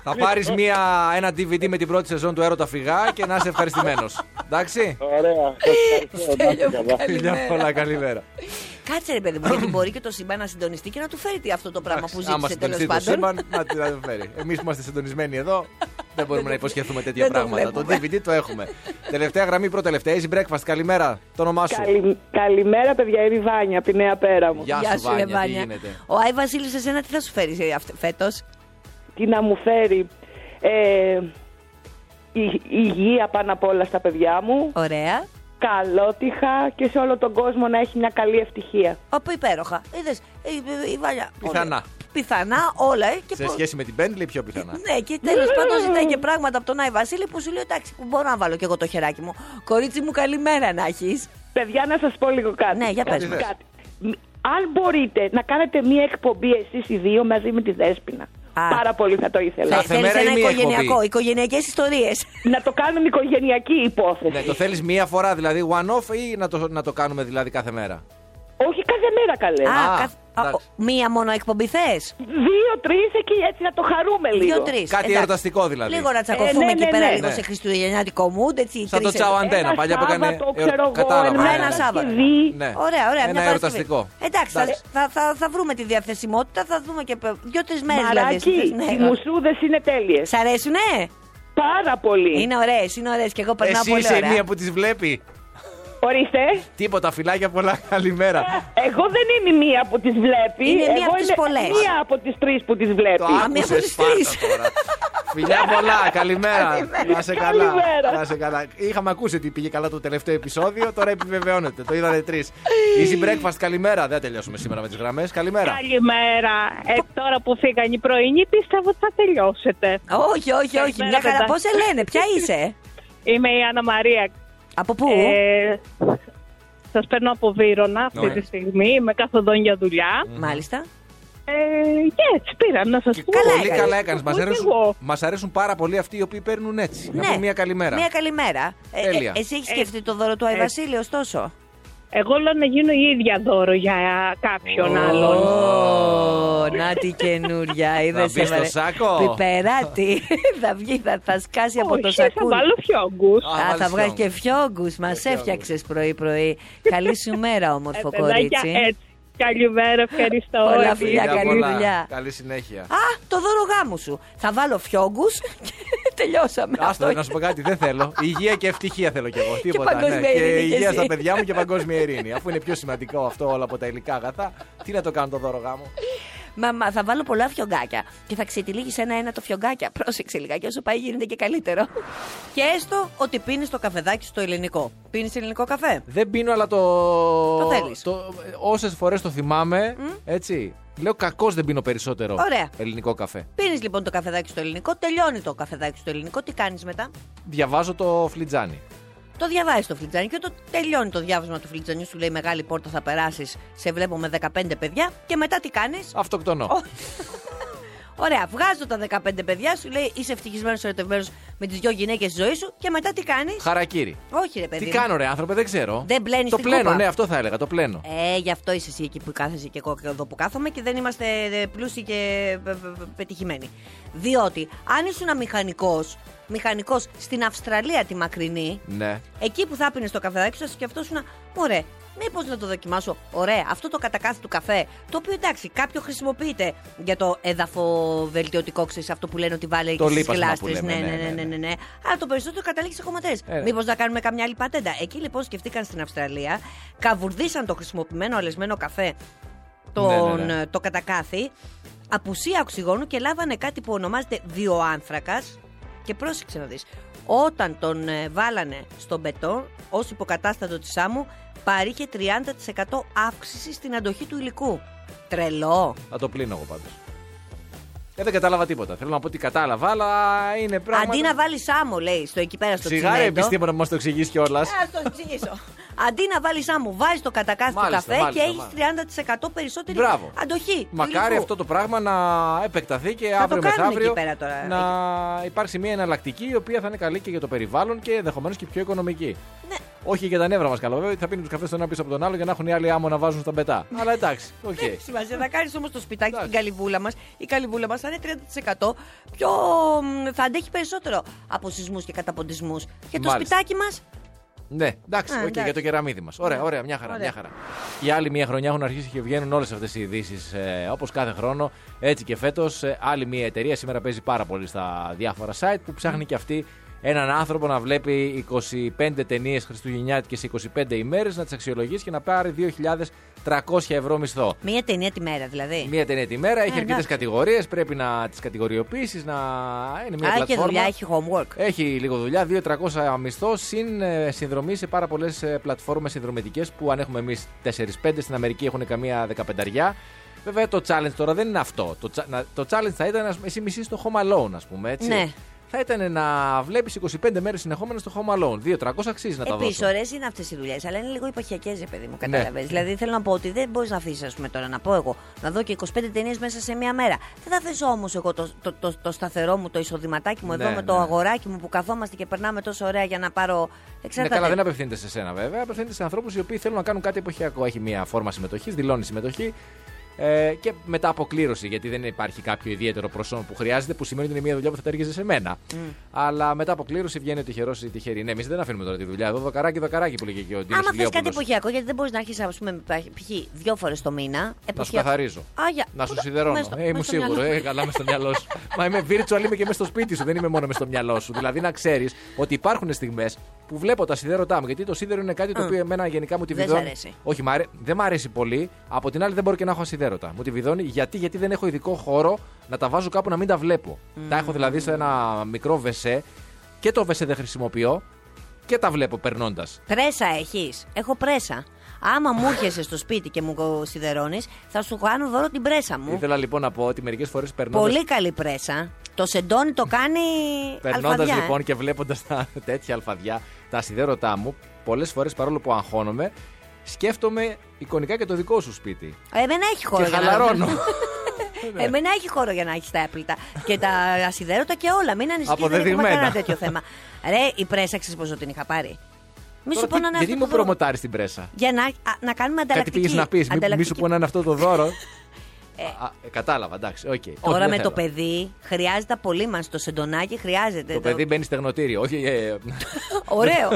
Θα πάρει ένα DVD με την πρώτη σεζόν του Έρωτα Φυγά και να είσαι ευχαριστημένος. Εντάξει. Ωραία. σας ευχαριστώ, να Στέλιο είστε μου, καλά. καλημέρα. Φιλιά πολλά, καλημέρα. Κάτσε ρε παιδί μου, γιατί μπορεί και το σύμπαν να συντονιστεί και να του φέρει τι αυτό το πράγμα που Άμα ζήτησε τέλο συντονιστεί το πάντων. σύμπαν, να τη να το φέρει. Εμείς που είμαστε συντονισμένοι εδώ, δεν μπορούμε να υποσχεθούμε τέτοια δεν το πράγματα. Το βλέπουμε. DVD το έχουμε. Τελευταία γραμμή, πρώτα τελευταία. Easy breakfast, καλημέρα. Το όνομά σου. Καλη- Καλημέρα, παιδιά. Είμαι η Βάνια από τη Νέα Πέρα μου. Γεια σου, ρε, Βάνια, τι Βάνια. γίνεται. Ο Άι Βασίλης, εσένα τι θα σου φέρεις φέτο. Τι να μου φέρει ε, η, υγεία πάνω απ' όλα στα παιδιά μου. Ωραία. Καλότυχα και σε όλο τον κόσμο να έχει μια καλή ευτυχία. Από υπέροχα. Είδες. Η Βάνια. Πιθανά. όλα. Πιθανά όλα. ε, Και Σε πο- σχέση με την Bentley, πιο πιθανά. Ναι, και τέλος πάντων ζητάει και πράγματα από τον Άι Βασίλη που σου λέει: Εντάξει, που μπορώ να βάλω και εγώ το χεράκι μου. Κορίτσι μου, καλημέρα να έχεις. Παιδιά, να σας πω λίγο κάτι. Ναι, για πες Ό,τι μου. θες. Κάτι. Μ- Αν μπορείτε να κάνετε μία εκπομπή εσείς οι δύο μαζί με τη Δέσποινα. Α. Πάρα πολύ θα το ήθελα. Κάθε Θέλεις μέρα ένα είναι η εκπομπή. οικογενειακό, οικογενειακές ιστορίες. να το κάνουμε οικογενειακή υπόθεση. Ναι, το θέλεις μία φορά δηλαδή, one off ή να το, να το κάνουμε δηλαδή κάθε μέρα. Όχι κάθε μέρα καλέ. Ναι. Α, Α, καθ- α, εντάξει. ο- μία μόνο εκπομπή θες. Δύο-τρεις εκεί έτσι να το χαρούμε λίγο. Δύο-τρει. Κάτι ερωταστικό δηλαδή. Λίγο να Ε, τσακωθούμε ναι, εκεί ναι, πέρα ναι. λίγο Ναι. σε χριστουγεννιάτικο mood. Έτσι, Σαν το τρεις- τσαου αντένα, Ένα παλιά που έκανε. Σάββατο, ε, ξέρω εγώ, Κατάλαβα. ένα ναι. Ένα Σάββατο. Παρασκευή. Ναι. Ωραία, ωραία. Ένα μια Παρασκευή. ερωταστικό. Εντάξει, θα, θα, θα, θα βρούμε τη διαθεσιμότητα, θα δούμε και δύο-τρει μέρες δηλαδή. Μαράκι, Ναι. οι μουσούδες είναι τέλειες. Σ' αρέσουνε? Πάρα πολύ. Είναι ωραίες, είναι ωραίες και εγώ περνάω Εσύ πολύ είσαι η ωραία. μία που τις βλέπει. Ορίστε. Τίποτα, φιλάκια πολλά, καλημέρα. Εγώ δεν είμαι μία από τις βλέπει. Είναι μία Εγώ από τις είμαι πολλές. Μία από τις τρεις που τις βλέπει. Το μία από άκουσε τις Σπάρτα τρεις. τώρα. Φιλιά πολλά, καλημέρα. Να σε καλά. Καλημέρα. Να σε καλά. Είχαμε ακούσει ότι πήγε καλά το τελευταίο επεισόδιο, τώρα επιβεβαιώνεται. Το είδατε τρεις. Easy breakfast, καλημέρα. Δεν θα τελειώσουμε σήμερα με τις γραμμές. Καλημέρα. Καλημέρα. Ε, τώρα που φύγαν οι πρωινοί, πιστεύω ότι θα τελειώσετε. Όχι, όχι, όχι. Μια Καλημέρα, χαρά. παιδά. Πώς σε λένε, ποια είσαι. Είμαι η Άννα Μαρία. Από πού? Ε, Σας παίρνω από Βύρονα αυτή Ωραία. τη στιγμή. Είμαι καθοδόν για δουλειά. Μάλιστα. Ε, και έτσι πήρα να σας πω. καλά Πολύ έκανες. καλά έκανες. Μα Ούτε αρέσουν, εγώ. μας αρέσουν πάρα πολύ αυτοί οι οποίοι παίρνουν έτσι. Να πούμε μια καλημέρα. Ναι. Μια καλημέρα. Ε, Τέλεια. ε, εσύ έχεις σκεφτεί το δώρο του ε, Άι Βασίλη, ωστόσο. Εγώ λέω να γίνω η ίδια δώρο για κάποιον άλλον. Ω, Να τη καινούρια, είδες μπεις στο σάκο. Πιπεράτη. θα βγει, θα, θα σκάσει από το Όχι, θα σακούλι. βάλω φιόγκους. Α, Α, θα βάλεις βγάλει φιόγκο. και φιόγκους. Μα έφτιαξες πρωί-πρωί. Καλή σου μέρα, όμορφο Ε, κορίτσι. έτσι. Καλημέρα, ευχαριστώ. Πολλά Εμείς. φιλιά, Φιλιά καλή πολλά. δουλειά. Καλή συνέχεια. Α, το δώρο γάμου σου. Θα βάλω φιόγκους και τελειώσαμε. Αυτό Άστο, να σου πω κάτι, δεν θέλω. Υγεία και ευτυχία θέλω κι εγώ. Τίποτα. ναι. παγκόσμια ειρήνη και κι υγεία εσύ. στα παιδιά μου και παγκόσμια ειρήνη. Αφού είναι πιο σημαντικό αυτό όλο από τα υλικά αγαθά, τι να το κάνω το δώρο γάμο. Μα, μα θα βάλω πολλά φιωγκάκια και θα ξετυλίγεις ένα-ένα το φιωγκάκια. Πρόσεξε λιγάκι, όσο πάει γίνεται και καλύτερο. και έστω ότι πίνεις το καφεδάκι στο ελληνικό. Πίνεις ελληνικό καφέ. Δεν πίνω, αλλά το. Το θέλεις. Όσες φορές το θυμάμαι, έτσι. Λέω κακώ δεν πίνω περισσότερο Ωραία. ελληνικό καφέ. Πίνεις λοιπόν το καφεδάκι στο ελληνικό, τελειώνει το καφεδάκι στο ελληνικό, τι κάνεις μετά. Διαβάζω το φλιτζάνι. Το διαβάζεις το φλιτζάνι και όταν τελειώνει το διάβασμα του φλιτζανιού, σου λέει μεγάλη πόρτα θα περάσεις. Σε βλέπω με 15 παιδιά και μετά τι κάνεις. Αυτοκτονώ. Ω. Ωραία, βγάζω τα 15 παιδιά, σου λέει είσαι ευτυχισμένος, ερωτευμένος με τις δύο γυναίκες της ζωής σου και μετά τι κάνεις. Χαρακύρι. Όχι, ρε παιδί. Τι μου. κάνω, ρε άνθρωπε, δεν ξέρω. Δεν μπλένεις Το την πλένω, κούπα. ναι, αυτό θα έλεγα. Το πλένω. Ε, γι' αυτό είσαι εσύ εκεί που κάθεσαι και εγώ εδώ που κάθομαι και δεν είμαστε ε, πλούσιοι και ε, ε, ε, πετυχημένοι. Διότι αν ήσουν μηχανικό, μηχανικός στην Αυστραλία τη μακρινή, Ναι. εκεί που θα πίνει το καφεδάκι σου, θα σκεφτόσουν, μωρέ, μήπως να το δοκιμάσω. Ωραία, αυτό το κατακάθι του καφέ, το οποίο εντάξει, κάποιο χρησιμοποιείται για το εδαφοβελτιωτικό, ξέρεις αυτό που λένε ότι βάλε Το και στις λίπασμα που γλάστρες. λέμε, ναι, ναι, ναι, ναι, ναι, ναι, ναι. Αλλά το περισσότερο καταλήγει σε κομματέ. Ε, ναι. Μήπως να κάνουμε καμιά άλλη πατέντα. Εκεί λοιπόν σκεφτήκαν στην Αυστραλία, καβουρδίσαν το χρησιμοποιημένο αλεσμένο καφέ τον, ε, Ναι, ναι, ναι. το κατακάθι, απουσία οξυγόνου και λάβανε κάτι που ονομάζεται βιοάνθρακας και πρόσεξε να δεις, όταν τον ε, βάλανε στον πετό ως υποκατάστατο της άμμου παρήχε 30% αύξηση στην αντοχή του υλικού. Τρελό. Θα το πλύνω εγώ πάντως. Ε, δεν κατάλαβα τίποτα. Θέλω να πω ότι κατάλαβα, αλλά είναι πράγμα. Αντί να βάλεις άμμο λέει στο εκεί πέρα στο Σιγά ρε τσιμέντο. Ε, επιστήμονα που μας το εξηγήσει κιόλα. Ας, το εξηγήσω. Αντί να βάλεις άμμο, βάζεις το κατακάθι του Μάλιστα, καφέ μάλιστα, και έχει 30% περισσότερη Μπράβο. αντοχή. του Μακάρι υλικού. αυτό το πράγμα να επεκταθεί και το αύριο κάνουν μεθαύριο εκεί πέρα τώρα, να υπάρξει μια εναλλακτική η οποία θα είναι καλή και για το περιβάλλον και ενδεχομένως και πιο οικονομική. Ναι. Όχι για τα νεύρα μας καλά, βέβαια. Θα πίνουν τους καφές τον ένα πίσω από τον άλλο για να έχουν οι άλλοι άμμο να βάζουν στα μπετά. Ναι. Αλλά εντάξει, οκ. Σημασία. Θα κάνεις όμως το σπιτάκι στην καλυβούλα μας. Η καλυβούλα μας θα είναι 30% πιο. μ, θα αντέχει περισσότερο από σεισμούς και καταποντισμούς. Και το Μάλιστα. σπιτάκι μας. Ναι, εντάξει, Α, οκ, εντάξει. Ναι. για το κεραμίδι μας. Ωραία, ωραία, μια χαρά, Ωραία. μια χαρά. Για άλλη μια χρονιά έχουν αρχίσει και βγαίνουν όλες αυτές οι ειδήσεις ε, όπως κάθε χρόνο. Έτσι και φέτος, άλλη μια εταιρεία σήμερα παίζει πάρα πολύ στα διάφορα site που ψάχνει και αυτή έναν άνθρωπο να βλέπει 25 ταινίες Χριστουγεννιάτικες σε 25 ημέρες, να τις αξιολογήσει και να πάρει 2.300 ευρώ μισθό. Μία ταινία τη μέρα δηλαδή. Μία ταινία τη μέρα, έχει αρκετές εντάξει. κατηγορίες, πρέπει να τις κατηγοριοποιήσεις, να είναι μια Άρα και πλατφόρμα. δουλειά, έχει homework. Έχει λίγο δουλειά, 2-300 μισθό συν ε, συνδρομή σε πάρα πολλές πλατφόρμες συνδρομητικές που αν έχουμε εμείς 4-5 στην Αμερική έχουν καμία δεκαπενταριά. Βέβαια το challenge τώρα δεν είναι αυτό. Το, τσα- να- το challenge θα ήταν ας πούμε, εσύ μισείς το home alone, ας πούμε έτσι. Ναι. Θα ήταν να βλέπεις 25 μέρε συνεχόμενε το home alone. 2-300 αξίζει να Ε, τα Επίσης, δώσω. ωραίες είναι αυτές οι δουλειές, αλλά είναι λίγο υπαρχιακέ, ρε παιδί μου, Ναι. κατάλαβες. Δηλαδή, θέλω να πω ότι δεν μπορείς να αφήσεις, ας πούμε, τώρα να πω εγώ, να δω και 25 ταινίες μέσα σε μία μέρα. Δεν θα αφήσω όμως εγώ το, το, το, το σταθερό μου, το εισοδηματάκι μου εδώ Ναι, με το ναι. αγοράκι μου που καθόμαστε και περνάμε τόσο ωραία για να πάρω. Ναι, Εξαρτάται. καλά, δεν απευθύνεται σε σένα βέβαια. Απευθύνεται σε ανθρώπους οι οποίοι θέλουν να κάνουν κάτι εποχιακό. Έχει μια φόρμα συμμετοχής, δηλώνει συμμετοχή ε, και μετά αποκλήρωση. Γιατί δεν υπάρχει κάποιο ιδιαίτερο προσόν που χρειάζεται, που σημαίνει ότι είναι μια δουλειά που θα τα έργεζε σε μένα. Αλλά μετά αποκλήρωση βγαίνει ο τυχερός ή η τυχερή. Ναι, εμείς δεν αφήνουμε τώρα τη δουλειά. Εδώ δοκαράκι, δοκαράκι που λέγε και ο Ντίνος Άμα θες κάτι εποχιακό, γιατί δεν μπορείς να έχει, ας πούμε, π.χ. δύο φορές το μήνα. Να σου εποχιακό. καθαρίζω. Α, για- Να σου Πού τα- σιδερώνω. μέσα στο- Ε, ήμουν μέσα στο σίγουρο. μυαλό. Ε, καλά, με στο μυαλό σου. Μα είμαι virtual, είμαι και μέσα στο σπίτι σου. Δεν είμαι μόνο με στο μυαλό σου. Δηλαδή να ξέρεις ότι υπάρχουν στιγμές που βλέπω τα σιδέρωτά μου. Γιατί το σίδερο είναι κάτι το Α. οποίο εμένα γενικά μου τη Δεν σ' βιδώνει. αρέσει. Όχι, μ' αρέ- δεν μου αρέσει πολύ. Από την άλλη, δεν μπορώ και να έχω σιδέρωτα. Μου τη βιδώνει γιατί, γιατί δεν έχω ειδικό χώρο να τα βάζω κάπου να μην τα βλέπω. Τα έχω δηλαδή σε ένα μικρό βεσέ και το βεσέ δεν χρησιμοποιώ και τα βλέπω περνώντας. Πρέσα έχεις. Έχω πρέσα. Άμα μου έρχεσαι στο σπίτι και μου σιδερώνει, θα σου κάνω δώρο την πρέσα μου. Ήθελα λοιπόν να πω ότι μερικές φορές περνώντας. Πολύ καλή πρέσα. Το σεντόνι το κάνει. Περνώντας αλφαδιά, ε. λοιπόν και βλέποντας τα τέτοια αλφαδιά, τα σιδέρωτά μου, πολλές φορές παρόλο που αγχώνομαι, σκέφτομαι εικονικά και το δικό σου σπίτι. Εμένα έχει χώρο. και για Ε, να- χαλαρώνω. Εμένα έχει χώρο για να έχεις τα έπλητα και τα ασυδέρωτα και όλα. Μην ανησυχείς. Δεν έχουμε Αποδεδειγμένα. κανένα τέτοιο θέμα. Ρε, η πρέσα ξέρεις πόσο την είχα πάρει. Μη σου Τώρα πω τι- να είναι Γιατί αυτό το μου δώρο. προμοτάρεις την πρέσα. Για να, α, να κάνουμε Κάτι ανταλλακτική. πήγε να πεις. Μη, μη ανταλλακτική. Ε. σου πω να είναι αυτό το δώρο. Α, α, κατάλαβα, εντάξει. οκ. Όχι, Τώρα δεν με θέλω. το παιδί χρειάζεται πολύ μας. Το σεντονάκι χρειάζεται. Το παιδί μπαίνει στεγνοτήριο. Όχι, ε, ε, Ωραίο.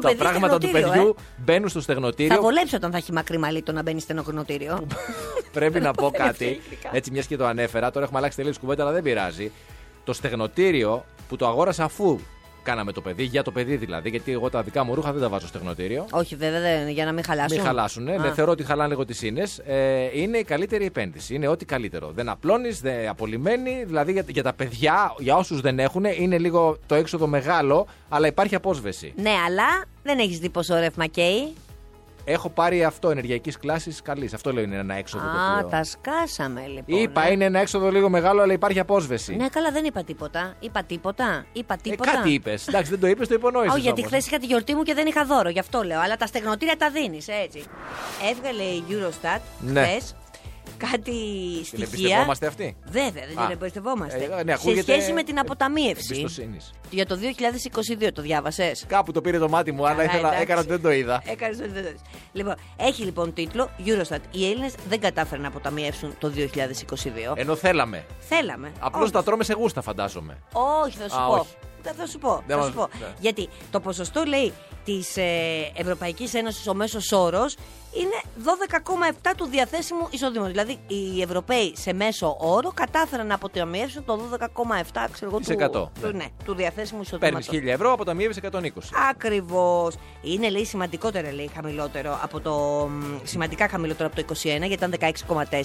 τα παιδί πράγματα του στεγνοτήριο, παιδιού ε. μπαίνουν στο Θα στεγνοτήριο. βολέψει όταν θα έχει μακρύ μαλλί το να μπαίνει στενογνωτήριο. Πρέπει να πω θέλει κάτι. ηλεκτρικά. Έτσι, μιας και το ανέφερα, τώρα έχουμε αλλάξει τελείως κουβέντα, αλλά δεν πειράζει. Το στεγνοτήριο που το αγόρασα αφού κάναμε το παιδί, για το παιδί δηλαδή, γιατί εγώ τα δικά μου ρούχα δεν τα βάζω στο στεγνοτήριο. Όχι, βέβαια, δεν- για να μην χαλάσουν. Μην χαλάσουν. Ναι, Α. θεωρώ ότι χαλάνε λίγο τις ίνες. Ε, είναι η καλύτερη επένδυση. Είναι ό,τι καλύτερο. Δεν απλώνεις, δεν απολυμμένει. Δηλαδή για, για τα παιδιά, για όσους δεν έχουν, είναι λίγο το έξοδο μεγάλο, αλλά υπάρχει απόσβεση. Ναι, αλλά δεν έχεις δει πόσο ρεύμα καίει. Έχω πάρει αυτό ενεργειακής κλάσης καλής. Αυτό λέω είναι ένα έξοδο. το Α, οποίο- τα σκάσαμε λοιπόν. Είπα, ε. είναι ένα έξοδο λίγο μεγάλο, αλλά υπάρχει απόσβεση. Ναι, καλά, δεν είπα τίποτα. Είπα τίποτα. Είπα Ε, τίποτα. κάτι είπες. Εντάξει, δεν το είπες, το υπονόησες. Όχι, γιατί χθες είχα τη γιορτή μου και δεν είχα δώρο, γι' αυτό λέω. Αλλά τα στεγνοτήρια τα δίνεις, έτσι. Έβγαλε η Eurostat Ναι. χθες κάτι Την στοιχεία. εμπιστευόμαστε αυτή. Βέβαια, δεν Α. την εμπιστευόμαστε. Ε, ναι, Σε ακούγεται σχέση με την αποταμίευση Εμπιστοσύνης. για το 2022, το διάβασες. Κάπου το πήρε το μάτι μου, αλλά Καλά, ήθελα, εντάξει. έκανα ότι δεν το είδα. Έκανες ό,τι δεν θες. Λοιπόν, έχει λοιπόν τίτλο Eurostat. Οι Έλληνες δεν κατάφεραν να αποταμιεύσουν το 2022. Ε, Ενώ θέλαμε. Θέλαμε. Απλώς Όντως. Ε, τα τρώμε σε γούστα, φαντάζομαι. Όχι, θα σου Α, πω. όχι. Θα, θα σου πω. Δεν θα μας- σου πω. ναι. Γιατί το ποσοστό λέει της Ευρωπαϊκής Ένωσης, ο μέσος όρος, είναι 12,7 του διαθέσιμου εισοδήματο. Δηλαδή οι Ευρωπαίοι σε μέσο όρο κατάφεραν να αποταμιεύσουν το 12,7 ξέρω εγώ, Της εκατό, του, του, ναι. ναι, του διαθέσιμου Παίρνει 1000 εισοδήματο. ευρώ, αποταμιεύεις 120. Ακριβώς. Είναι λέει σημαντικότερα λέει χαμηλότερο από το. μ, Σημαντικά χαμηλότερο από το 21 γιατί ήταν 16,4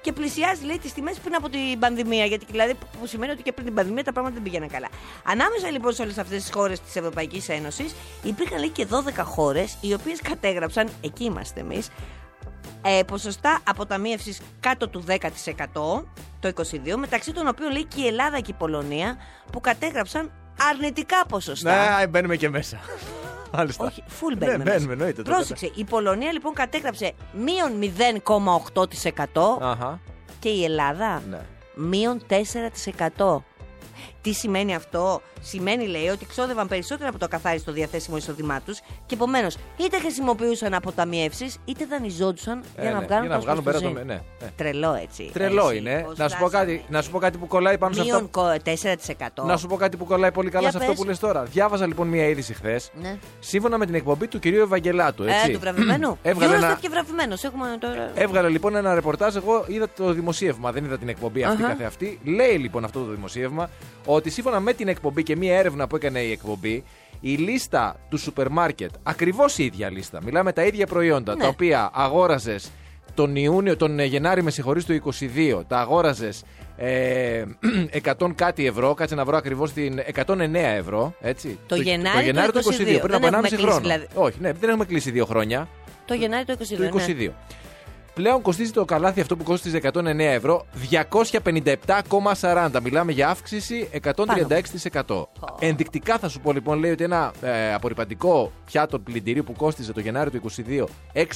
και πλησιάζει λέει τις τιμές πριν από την πανδημία. Γιατί δηλαδή που σημαίνει ότι και πριν την πανδημία τα πράγματα δεν πήγαιναν καλά. Ανάμεσα λοιπόν σε όλες αυτές τις χώρες της Ευρωπαϊκής Ένωσης υπήρχαν λέει και 12 χώρες οι οποίες κατέγραψαν, εκεί είμαστε εμείς, ε, ποσοστά αποταμίευσης κάτω του 10% το 22, μεταξύ των οποίων λέει και η Ελλάδα και η Πολωνία που κατέγραψαν αρνητικά ποσοστά. Ναι, μπαίνουμε ε, και μέσα. Μάλιστα. Όχι, full Ναι, μπαίνουμε. μπαίνουμε, μέσα. εννοείται, το Πρόσεξε, η Πολωνία λοιπόν κατέγραψε μείον 0,8% Αχα. και η Ελλάδα Ναι. μείον 4%. Τι σημαίνει αυτό, Σημαίνει λέει ότι ξόδευαν περισσότερο από το καθάριστο διαθέσιμο εισόδημά τους και επομένως είτε χρησιμοποιούσαν αποταμιεύσεις είτε δανειζόντουσαν Ε, για να ναι, βγάλουν, για να το βγάλουν πέρα το. ασπροσύν. Ναι, ναι. Τρελό έτσι. Τρελό Εσύ, είναι. πώς Να σου, πω φτάσαμε. κάτι, να σου πω κάτι που κολλάει πάνω σε αυτό. Μείον κο- 4%. Να σου πω κάτι που κολλάει πολύ καλά Για σε αυτό πες. που λες τώρα. Διάβαζα λοιπόν μία είδηση χθες. Ναι. Σύμφωνα με την εκπομπή του κυρίου Ευαγγελάτου. Έτσι. Ε, του βραβευμένου. Έβγαλε Eurostat ένα, και βραβευμένος. Έχουμε τώρα. Έβγαλε λοιπόν ένα ρεπορτάζ. Εγώ είδα το δημοσίευμα, δεν είδα την εκπομπή αυτή Αχα. καθεαυτή. Λέει λοιπόν αυτό το δημοσίευμα ότι σύμφωνα με την εκπομπή και μία έρευνα που έκανε η εκπομπή, η λίστα του σούπερ μάρκετ, ακριβώς η ίδια λίστα, μιλάμε τα ίδια προϊόντα Ναι. τα οποία αγόραζες τον, Ιούνιο, τον ε, Γενάρη με συγχωρείς του 22, τα αγόραζες. Ε, 100 κάτι ευρώ, κάτσε να βρω ακριβώς την 109 ευρώ. Έτσι. Το Γενάρη του 22, πριν δεν από έχουμε 1,5 κλείσει, χρόνο. δηλαδή. Όχι, ναι, δεν έχουμε κλείσει δύο χρόνια Το Γενάρη του ναι. 22. του 22. Πλέον κοστίζει το καλάθι αυτό που κόστιζε 109 ευρώ 257,40. Μιλάμε για αύξηση 136%. Ενδεικτικά θα σου πω λοιπόν λέει ότι ένα ε, απορριπαντικό πιάτο πλυντηρίου που κόστιζε το Γενάριο του 22 6,99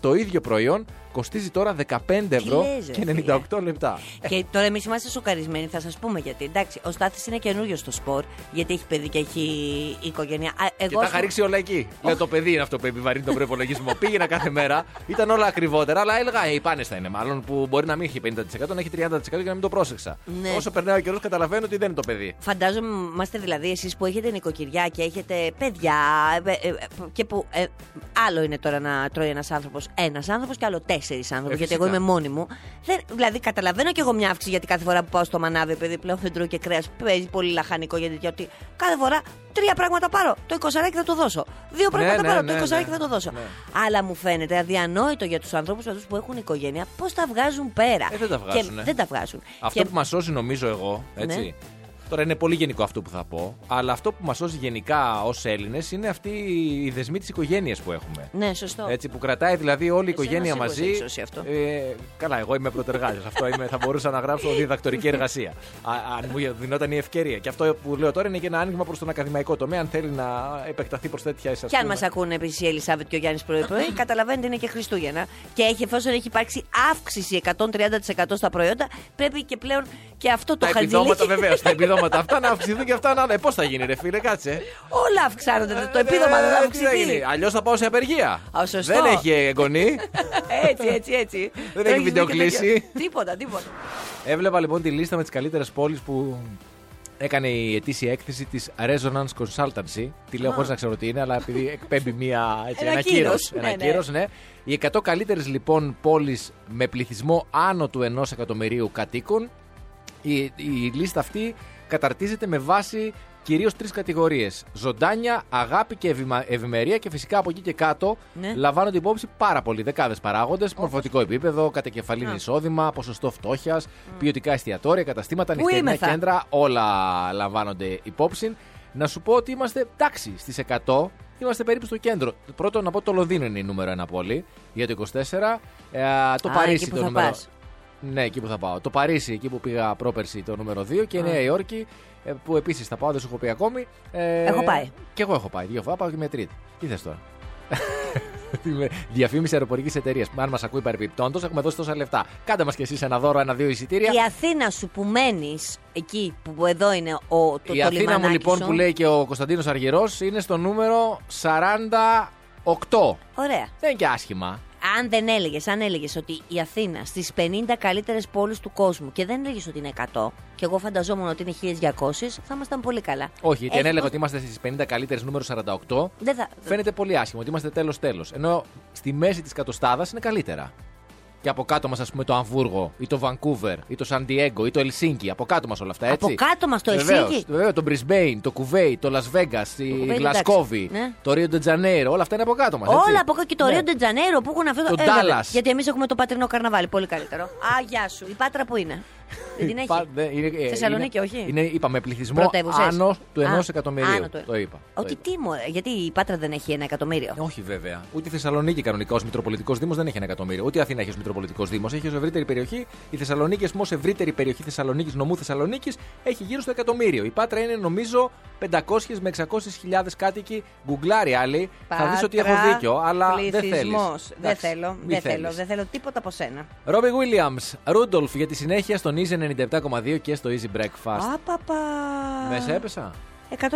το ίδιο προϊόν κοστίζει τώρα 15 ευρώ λες, ρε, και φίλε. 98 λεπτά. ναι. Και τώρα εμείς είμαστε σοκαρισμένοι, θα σας πούμε γιατί. Εντάξει, ο Στάθης είναι καινούριο στο σπορ, γιατί έχει παιδί και έχει οικογένεια. Α, Και εγώ. τα ας είχα πούμε- ρίξει όλα εκεί. Λέω το παιδί είναι αυτό που επιβαρύνει τον προπολογισμό. Πήγαινα κάθε μέρα, ήταν όλα ακριβότερα, αλλά έλεγα «Ε, οι πάνες θα είναι. Μάλλον που μπορεί να μην έχει 50%, να έχει 30% και να μην το πρόσεξα. Ναι. Όσο περνάει ο καιρός, καταλαβαίνω ότι δεν είναι το παιδί. Φαντάζομαι, είμαστε δηλαδή εσείς που έχετε νοικοκυριά και έχετε παιδιά. ε, ε, ε, και που. ε, άλλο είναι τώρα να τρώει ένας άνθρωπος ένας άνθρωπος και άλλο τέσσερις άνθρωποι. Ε, γιατί φυσικά. εγώ είμαι μόνη μου. Δεν, δηλαδή, καταλαβαίνω και εγώ μια αύξηση γιατί κάθε φορά που πάω στο μανάβι, επειδή πλέον δεν τρώω και κρέας, παίζει πολύ λαχανικό γιατί, γιατί κάθε φορά τρία πράγματα πάρω. Το 20 θα το δώσω. Δύο Ναι, πράγματα ναι, πάρω. ναι, το 20 ναι. θα το δώσω. Ναι. Αλλά μου φαίνεται αδιανόητο για τους ανθρώπους που έχουν οικογένεια πώς τα βγάζουν πέρα. Ε, δεν τα Και βγάζουνε. δεν τα βγάζουν. Αυτό Και- που μας σώσει, νομίζω εγώ, έτσι. Ναι. Τώρα είναι πολύ γενικό αυτό που θα πω, αλλά αυτό που μας σώσει γενικά ως Έλληνες είναι αυτή η δεσμή της οικογένειας που έχουμε. Ναι, σωστό. Έτσι, που κρατάει δηλαδή όλη η Εσένα οικογένεια σίγουρα σε μαζί. έχει σώσει αυτό. Ε, καλά, εγώ είμαι πρωτεργάτη. αυτό είμαι, θα μπορούσα να γράψω διδακτορική εργασία. Α, αν μου δινόταν η ευκαιρία. Και αυτό που λέω τώρα είναι και ένα άνοιγμα προς τον ακαδημαϊκό τομέα, αν θέλει να επεκταθεί προς τέτοια εσά. Και αν μας ακούνε επίσης η Ελισάβετ και ο Γιάννης πρωί-πρωί, καταλαβαίνετε είναι και Χριστούγεννα. Και έχει, εφόσον έχει υπάρξει αύξηση 130% στα προϊόντα, πρέπει και πλέον και αυτό το Τα επιδόματα, χαρτζιλίκι. βεβαίως. Τα επιδόματα αυτά να αυξηθούν και αυτά να. Ε, Πώς θα γίνει, ρε φίλε, κάτσε. Όλα αυξάνονται. Το επίδομα δεν θα αυξηθεί. Αλλιώ Ε, θα πάω σε απεργία. Α, σωστό. Δεν έχει εγγονή. Έτσι, έτσι, έτσι. Δεν Το έχει έχεις δει και βιντεοκλήση. τέτοιο. Τίποτα, τίποτα. Έβλεπα λοιπόν τη λίστα με τις καλύτερες πόλεις που έκανε η ετήσια έκθεση της Resonance Consultancy. Τη λέω χωρίς να ξέρω τι είναι, αλλά επειδή εκπέμπει μία, έτσι, Ένα ένα, κύρος, κύρος, ναι, Ένα ναι. κύρος, ναι. Οι 100 καλύτερες λοιπόν πόλεις με πληθυσμό άνω του 1 εκατομμυρίου κατοίκων. Η, η λίστα αυτή καταρτίζεται με βάση κυρίως τρεις κατηγορίες. Ζωντάνια, αγάπη και ευημα- ευημερία και φυσικά από εκεί και κάτω Ναι. λαμβάνονται υπόψη πάρα πολλοί δεκάδες παράγοντες, μορφωτικό επίπεδο, κατακεφαλήν εισόδημα, ποσοστό φτώχειας, ποιοτικά εστιατόρια, καταστήματα, Πού νυχτερινά ήμεθα? κέντρα, όλα λαμβάνονται υπόψη. Να σου πω ότι είμαστε, εντάξει, στις 100 είμαστε περίπου στο κέντρο. Πρώτον να πω το Λονδίνο είναι η νούμερο ένα πόλη για το 24. Ε, το Α, εκεί Παρίσι που το θα νούμερο. πας. Ναι, εκεί που θα πάω. Το Παρίσι, εκεί που πήγα πρόπερση, το νούμερο 2 και η Νέα Υόρκη, ε, που επίσης θα πάω, δεν σου έχω πει ακόμη. Ε, Έχω πάει. Και εγώ έχω πάει. Δύο φορά πάω και με τρίτη. Τι θες τώρα. Είμαι Διαφήμιση αεροπορικής εταιρείας. Αν μας ακούει παρεμπιπτόντως, έχουμε δώσει τόσα λεφτά. Κάντε μας κι εσείς ένα δώρο, ένα-δύο εισιτήρια. Η Αθήνα σου που μένεις εκεί που εδώ είναι ο, το, Η το Αθήνα μου λιμανάκι λοιπόν σου. που λέει και ο Κωνσταντίνος Αργυρός είναι στο νούμερο 48. Ωραία. Δεν είναι και άσχημα. Αν δεν έλεγες, αν έλεγες ότι η Αθήνα στις 50 καλύτερες πόλεις του κόσμου και δεν έλεγες ότι είναι 100, και εγώ φανταζόμουν ότι είναι 1200, θα ήμασταν πολύ καλά. Όχι, γιατί αν Έχει- έλεγα ότι είμαστε στις 50 καλύτερες νούμερο 48, Δεν θα. Φαίνεται πολύ άσχημο ότι είμαστε τέλος τέλος. Ενώ στη μέση της κατοστάδας είναι καλύτερα. Και από κάτω μας, ας πούμε, το Αμβούργο ή το Βανκούβερ ή το Σαντιέγκο ή το Ελσίνκι. Από κάτω μας όλα αυτά, έτσι. Από κάτω μας το Βεβαίως, Ελσίνκι. Βέβαια, το Μπρισμπέιν, το Κουβέι, το Las Vegas, Κουβέι, η εντάξει. Γλασκόβη, Ναι. το Ρίο Ντετζανέιρο. Όλα αυτά είναι από κάτω Ναι. μα. Όλα από κάτω και το Ρίο Ντετζανέρο που έχουν αυτό Το βέβαια, Ντάλλας. Γιατί εμείς έχουμε το πατρινό καρναβάλι, πολύ καλύτερο. Α, γεια σου. Η πάτρα που είναι. Δεν την έχει. Θεσσαλονίκη, όχι. ναι, ε, Είναι, είπαμε, πληθυσμό Πρωτεύουσες. άνω του Α, 1 εκατομμυρίου. άνω του- Το είπα. το Ότι είπα. τι μου, γιατί η πάτρα δεν έχει ένα εκατομμύριο. Όχι, βέβαια. Ούτε η Θεσσαλονίκη κανονικά ω Μητροπολιτικός Δήμος δεν έχει ένα εκατομμύριο. Ούτε η Αθήνα έχει ως Μητροπολιτικός Δήμος. Έχει ως ευρύτερη περιοχή. Η Θεσσαλονίκη, ας πούμε, ως ευρύτερη περιοχή Θεσσαλονίκης, νομού Θεσσαλονίκης, έχει γύρω στο εκατομμύριο. Η Πάτρα είναι, νομίζω, 500 με 600 χιλιάδες κάτοικοι. Γκουγκλάρει άλλοι. Θα δεις ότι έχω Πάτρα, δίκιο, αλλά δεν θέλεις. πληθυσμός. Δεν Εντάξει, θέλω, μη δεν θέλω, θέλεις. δεν θέλω τίποτα από σένα. Ρόμπι Williams, Ρούντολφ για τη συνέχεια στον Easy 97,2 και στο Easy Breakfast. Απαπα. Μέσα έπεσα. 175.000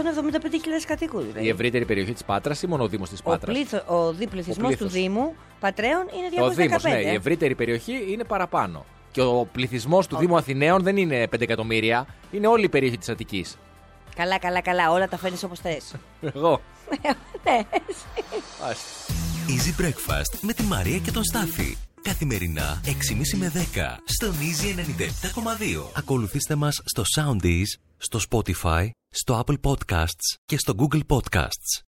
κατοίκου. Η ευρύτερη περιοχή της Πάτρας ή μόνο ο Δήμος της Ο, Πάτρας. πλήθο, ο διπληθυσμό Ο του πλήθος. Δήμου Πατρέων είναι Ο 215. Δήμος, ναι. Η ευρύτερη περιοχή είναι παραπάνω. Και ο πληθυσμός του Δήμου Αθηναίων δεν είναι 5 εκατομμύρια. Είναι όλη η περιοχή της Αττικής. Καλά, καλά, καλά. Όλα τα φέρνει όπως θες. Εγώ. ναι. Easy Breakfast με τη Μαρία και τον Στάφη. Καθημερινά 6.30 με 10 στον Easy 97,2. Ακολουθήστε μας στο Soundees, στο Spotify, στο Apple Podcasts και στο Google Podcasts.